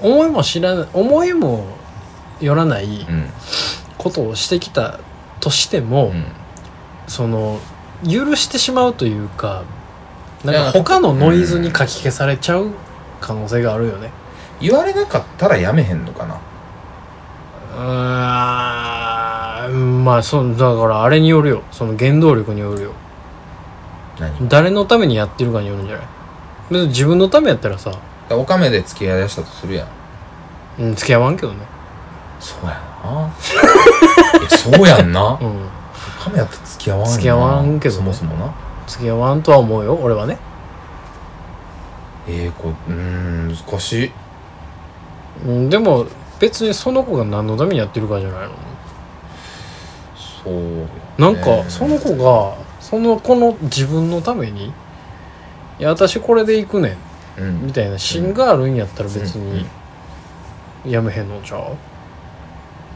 Speaker 1: 思いも知らない思いもよらない
Speaker 2: うん
Speaker 1: ことをしてきたとしても、
Speaker 2: うんうん
Speaker 1: その許してしまうというかないんか
Speaker 2: や
Speaker 1: 他のノイズにかき消されちゃう可能性があるよね
Speaker 2: 言われなかったらやめへんのかな
Speaker 1: うーんまあそのだからあれによるよその原動力によるよ
Speaker 2: 何
Speaker 1: 誰のためにやってるかによるんじゃない別に自分のためやったらさ、
Speaker 2: おかめで付き合いだしたとするやん
Speaker 1: うん、付き合わんけどね
Speaker 2: そうや
Speaker 1: (laughs)
Speaker 2: ないやそうやんな
Speaker 1: うん
Speaker 2: カメやって付き合わんよな
Speaker 1: 付き合わんけどね
Speaker 2: そもそもな
Speaker 1: 付き合わんとは思うよ俺はね
Speaker 2: ええこうーん難しい
Speaker 1: うんでも別にその子が何のためにやってるかじゃないの
Speaker 2: そう
Speaker 1: なんかその子がその子の自分のためにいや私これで行くねん
Speaker 2: うん
Speaker 1: みたいな芯があるんやったら別にやめへんのちゃう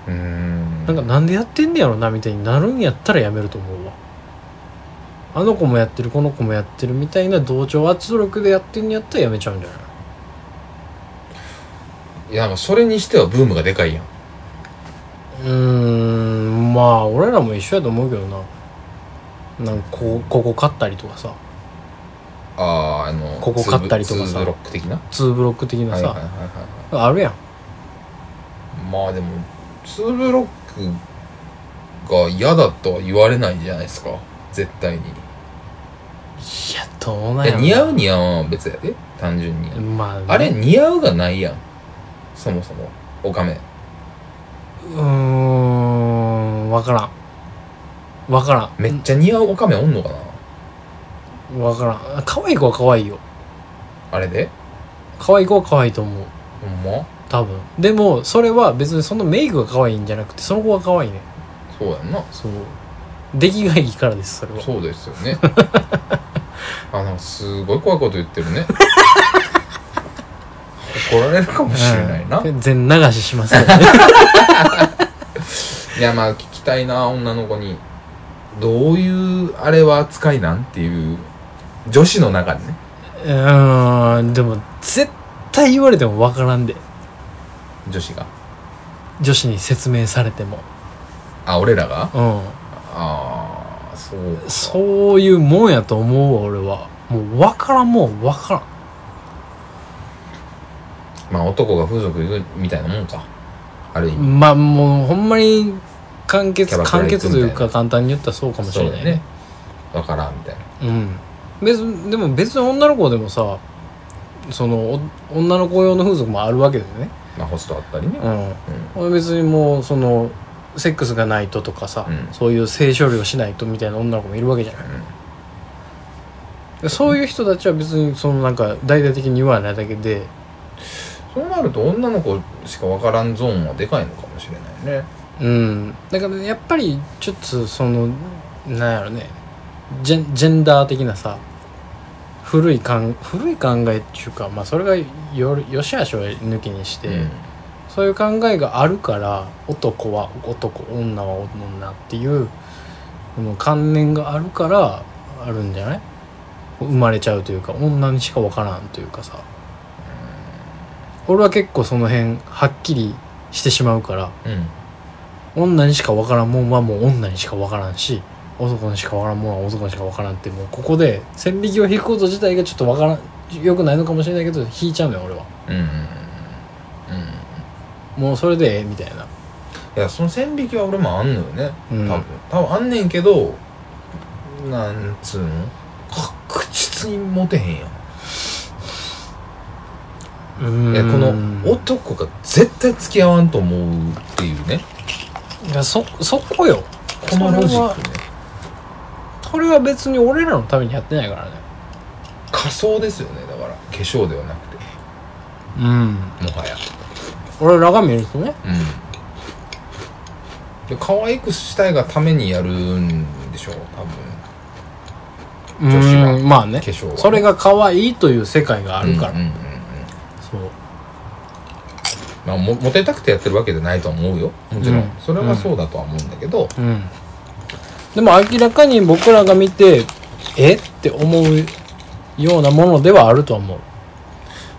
Speaker 2: うーん
Speaker 1: なんかなんでやってんねやろなみたいになるんやったらやめると思うわあの子もやってるこの子もやってるみたいな同調圧力でやってんやったらやめちゃうんじゃない
Speaker 2: いやなんかそれにしてはブームがでかいやん
Speaker 1: うーんまあ俺らも一緒やと思うけどななんかこここ買ったりとかさ
Speaker 2: あああの
Speaker 1: ここ買ったりとかさ
Speaker 2: ツーブツーブロック的な
Speaker 1: 2ブロック的な
Speaker 2: はい
Speaker 1: さ、
Speaker 2: はいはいは
Speaker 1: あるやん
Speaker 2: いまあでもツーブロックが嫌だとは言われないじゃないですか絶対に
Speaker 1: いやどうなん
Speaker 2: い
Speaker 1: や
Speaker 2: や
Speaker 1: ろ
Speaker 2: 似合う似合わんは別やで単純に
Speaker 1: まあ
Speaker 2: あれ似合うがないやんそもそもおかめ
Speaker 1: うーん分からん分からん
Speaker 2: めっちゃ似合うおかめおんのかな
Speaker 1: 分からん可愛い子は可愛いよ
Speaker 2: あれで
Speaker 1: 可愛い子は可愛いと思う
Speaker 2: ほんま
Speaker 1: 多分でもそれは別にそのメイクが可愛いんじゃなくてその子が可愛いね
Speaker 2: そうやんな
Speaker 1: そう出来がいいからですそれは
Speaker 2: そうですよ
Speaker 1: (laughs)
Speaker 2: ねあのすごい怖いこと言っ
Speaker 1: (laughs)
Speaker 2: てるね怒られるかもしれないな、
Speaker 1: うん全流ししますよね (laughs)
Speaker 2: いやまあ聞きたいな女の子にどういうあれは扱いなんっていう女子の中でね
Speaker 1: うーんでも絶対言われても分からんで
Speaker 2: 女子が
Speaker 1: 女子に説明されても
Speaker 2: あ俺らが
Speaker 1: う
Speaker 2: ああそうん
Speaker 1: そういうもんやと思うわ俺はもう分からんもん分からん
Speaker 2: まあ男が風俗行くみたいなもんかある意味、
Speaker 1: まあもうほんまに簡
Speaker 2: キャ
Speaker 1: 潔
Speaker 2: バクラ
Speaker 1: 簡
Speaker 2: 行くみた
Speaker 1: 潔
Speaker 2: いな
Speaker 1: というか簡単に言ったらそうかもし
Speaker 2: そう
Speaker 1: れ
Speaker 2: だ
Speaker 1: ない
Speaker 2: よ
Speaker 1: ね
Speaker 2: ねわからんみたいな
Speaker 1: うん別にでも別に女の子でもさそのお女の子用の風俗もあるわけだよね
Speaker 2: まあホストあったりね
Speaker 1: うん、俺別にもうそのセックスがないととかさ、
Speaker 2: うん
Speaker 1: そういう性処理をしないとみたいな女の子もいるわけじゃないでそういう人たちは別にそのなんか大々的に言わないだけで
Speaker 2: そうなると女の子しかわからんゾーンはでかいのかもしれないね
Speaker 1: うんだからやっぱりちょっとそのなんやろねジェンジェンダー的なさ古い考古い考えっていうか、まあ、それがよよしあしを抜きにして、
Speaker 2: うん
Speaker 1: そういう考えがあるから男は男女は女っていうこの観念があるからあるんじゃない生まれちゃうというか女にしか分からんというかさ俺は結構その辺はっきりしてしまうから
Speaker 2: うん
Speaker 1: 女にしか分からんもんはもう女にしか分からんし男にしか分からんもんは男にしか分からんってもうここで線引きを引くこと自体がちょっと分からんよくないのかもしれないけど引いちゃうのよ俺は
Speaker 2: うんうんうん
Speaker 1: もうそれでええみたいない
Speaker 2: やその線引きは俺もあんのよね
Speaker 1: う
Speaker 2: 多
Speaker 1: ん
Speaker 2: 分多分あんねんけどなんつうの確実にモテへんやん
Speaker 1: うん
Speaker 2: いやこの男が絶対付き合わんと思うっていうね
Speaker 1: いやそそこよ
Speaker 2: このロジッ
Speaker 1: そ
Speaker 2: ク
Speaker 1: れ
Speaker 2: ね
Speaker 1: はこれは別に俺らのためにやってないからね
Speaker 2: 仮想ですよねだから化粧ではなくて
Speaker 1: うん
Speaker 2: もはや
Speaker 1: 俺らが見るとね
Speaker 2: うんで可愛くしたいがためにやるんでしょう多分女子が
Speaker 1: うんまあね
Speaker 2: 化粧はね
Speaker 1: それが可愛いという世界があるから、
Speaker 2: うんうんうんうん
Speaker 1: そう
Speaker 2: まあ、もモテたくてやってるわけじゃないとは思うよもち
Speaker 1: う
Speaker 2: ろん、
Speaker 1: ん
Speaker 2: それはそうだとは思うんだけど、
Speaker 1: うんでも明らかに僕らが見てえって思うようなものではあるとは思う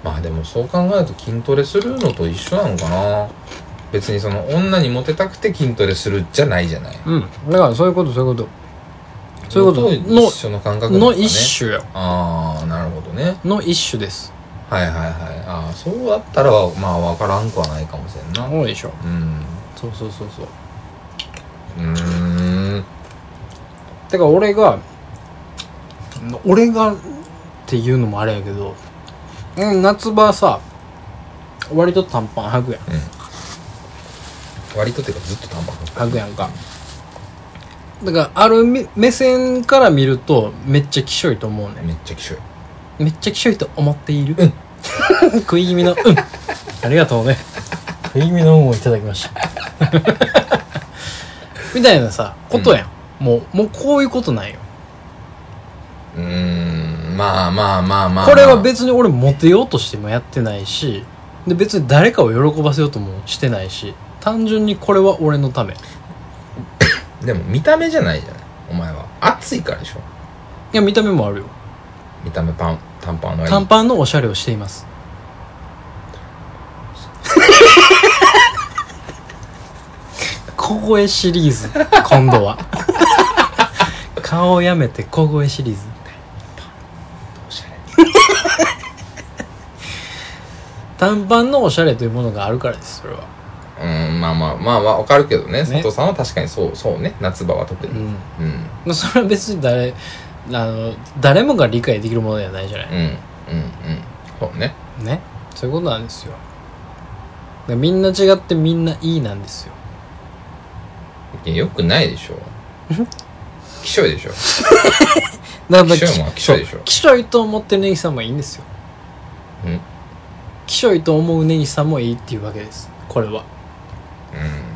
Speaker 2: まあでもそう考えると筋トレするのと一緒なのかな別にその女にモテたくて筋トレするじゃないじゃない
Speaker 1: うんだからそういうことそういうことそういうこと
Speaker 2: のと一緒の感覚
Speaker 1: の
Speaker 2: なんですかね
Speaker 1: 一種よ
Speaker 2: ああなるほどね
Speaker 1: の一種です
Speaker 2: はいはいはいああそうだったらはまあ分からんくはないかもしれんな
Speaker 1: そうでしょ
Speaker 2: うん
Speaker 1: そうそうそうそう
Speaker 2: うーん
Speaker 1: てか俺が俺がっていうのもあれやけどうん夏場さ割と短パン履くやん
Speaker 2: 割とっていうかずっと短パン
Speaker 1: 履くやんかだからある目目線から見るとめっちゃきしょいと思うね
Speaker 2: めっちゃきしょい
Speaker 1: めっちゃきしょいと思っているうん食い気味のうんありがとうね食い気味のうんをいただきました (laughs) みたいなさことやん、もうもうこういうことなんよ
Speaker 2: うーんまあまあまあまあ、まあ、
Speaker 1: これは別に俺モテようとしてもやってないしで別に誰かを喜ばせようともしてないし単純にこれは俺のためい
Speaker 2: でも見た目じゃないじゃないお前は暑いからでしょ
Speaker 1: や見た目もあるよ
Speaker 2: 見た目パン短パンがいい
Speaker 1: 短パンのおしゃれをしています小声シリーズ今度は顔をやめて小声シリーズ
Speaker 2: おしゃれ
Speaker 1: 短パンのおしゃれというものがあるからですそれは
Speaker 2: うんまあまあまあまあわかるけどね
Speaker 1: ね
Speaker 2: 佐藤さんは確かにそうそうね夏場は特
Speaker 1: う
Speaker 2: に
Speaker 1: ん
Speaker 2: うん
Speaker 1: まあそれは別に誰あの誰もが理解できるものではないじゃない
Speaker 2: うんうんうんそうね
Speaker 1: ねそういうことなんですよでみんな違ってみんないいなんですよ
Speaker 2: いやよくないでしょきしょいでしょ
Speaker 1: だから
Speaker 2: きしょいもんはきしょいでしょ
Speaker 1: きしょいと思ってるネギさんもいいんですよ
Speaker 2: うん
Speaker 1: きしょいと思うネギさんもいいっていうわけですこれは
Speaker 2: う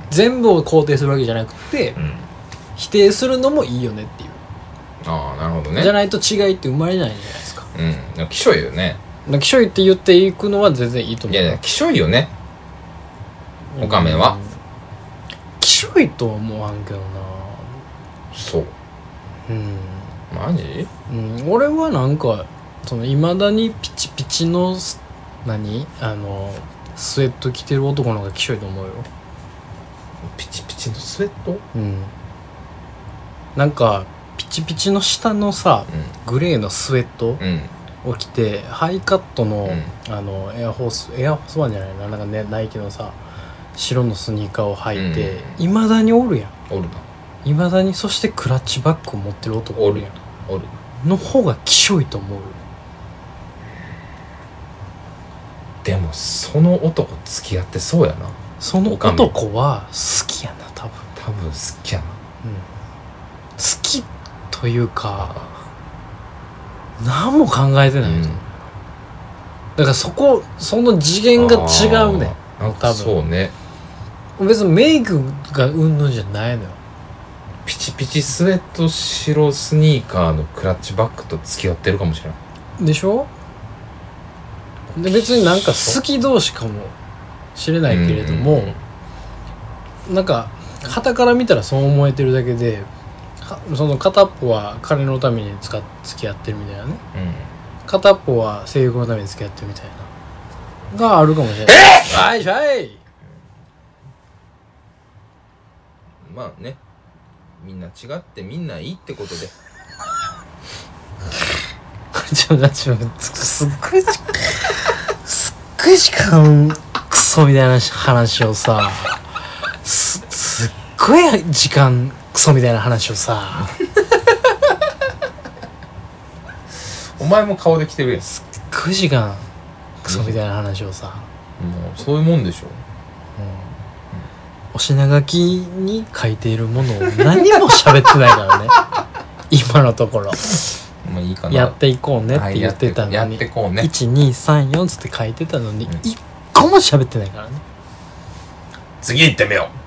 Speaker 1: 全部を肯定するわけじゃなくて
Speaker 2: んうん
Speaker 1: 否定するのもいいよねっていう、
Speaker 2: ああなるほどね
Speaker 1: じゃないと違いって生まれないじゃないですかだか
Speaker 2: うんでもきしょいよね
Speaker 1: らきしょいって言っていくのは全然いいと思
Speaker 2: いうやいやきしょいよねおかめは
Speaker 1: うんきしょいとは思わんけどな
Speaker 2: そう
Speaker 1: うん
Speaker 2: マジ
Speaker 1: うん、俺はなんかその未だにピチピチのす何あのスウェット着てる男の方がきしょいと思うよ
Speaker 2: ピチピチのスウェット
Speaker 1: うんなんかピチピチの下のさグレーのスウェット
Speaker 2: うんうん
Speaker 1: を着てハイカットの,、
Speaker 2: うん
Speaker 1: あのエアホースエアホースワンじゃないななんかねナイキのさ白のスニーカーを履いて
Speaker 2: う
Speaker 1: いま、未だにおるやん
Speaker 2: おるない
Speaker 1: まだにそしてクラッチバッグを持ってる男
Speaker 2: お
Speaker 1: お
Speaker 2: る
Speaker 1: る
Speaker 2: や
Speaker 1: や
Speaker 2: んおる
Speaker 1: んの方がきしょいと思うよ
Speaker 2: でもその男付き合ってそうやな
Speaker 1: その
Speaker 2: おかみ
Speaker 1: 男は好きやな多分
Speaker 2: 多分好きやな
Speaker 1: うん好きというか何も考えてない、
Speaker 2: うん
Speaker 1: だからそこその次元が違うね
Speaker 2: あーなんかそうね
Speaker 1: 別にメイクがうんぬんじゃないのよ
Speaker 2: ピチピチスウェット白スニーカーのクラッチバッグと付き合ってるかもしれない
Speaker 1: でしょで別になんか好き同士かもしれないけれども、なんか傍から見たらそう思えてるだけでかその片っぽは金のために使っ付き合ってるみたいなね
Speaker 2: うん
Speaker 1: 片っぽは性欲のために付き合ってるみたいながあるかもしれないえはいしはい
Speaker 2: まあねみんな違ってみんないいってことで
Speaker 1: これちょっと待ってすっごい時間すっごい時間クソみたいな話をさすすっごい時間クソみたいな話をさ
Speaker 2: お前も顔で来てるやん
Speaker 1: すっごい時間クソみたいな話をさ、
Speaker 2: もうそういうもんでしょ
Speaker 1: うんお品書きに書いているものを何も喋ってないからね今のところ
Speaker 2: まあいいかな
Speaker 1: やっていこうねっ
Speaker 2: は
Speaker 1: て
Speaker 2: い
Speaker 1: 言ってた
Speaker 2: や
Speaker 1: の
Speaker 2: って
Speaker 1: に
Speaker 2: やってこうね
Speaker 1: 1234つって書いてたのに
Speaker 2: うん
Speaker 1: 一個も喋ってないからね
Speaker 2: 次行ってみよう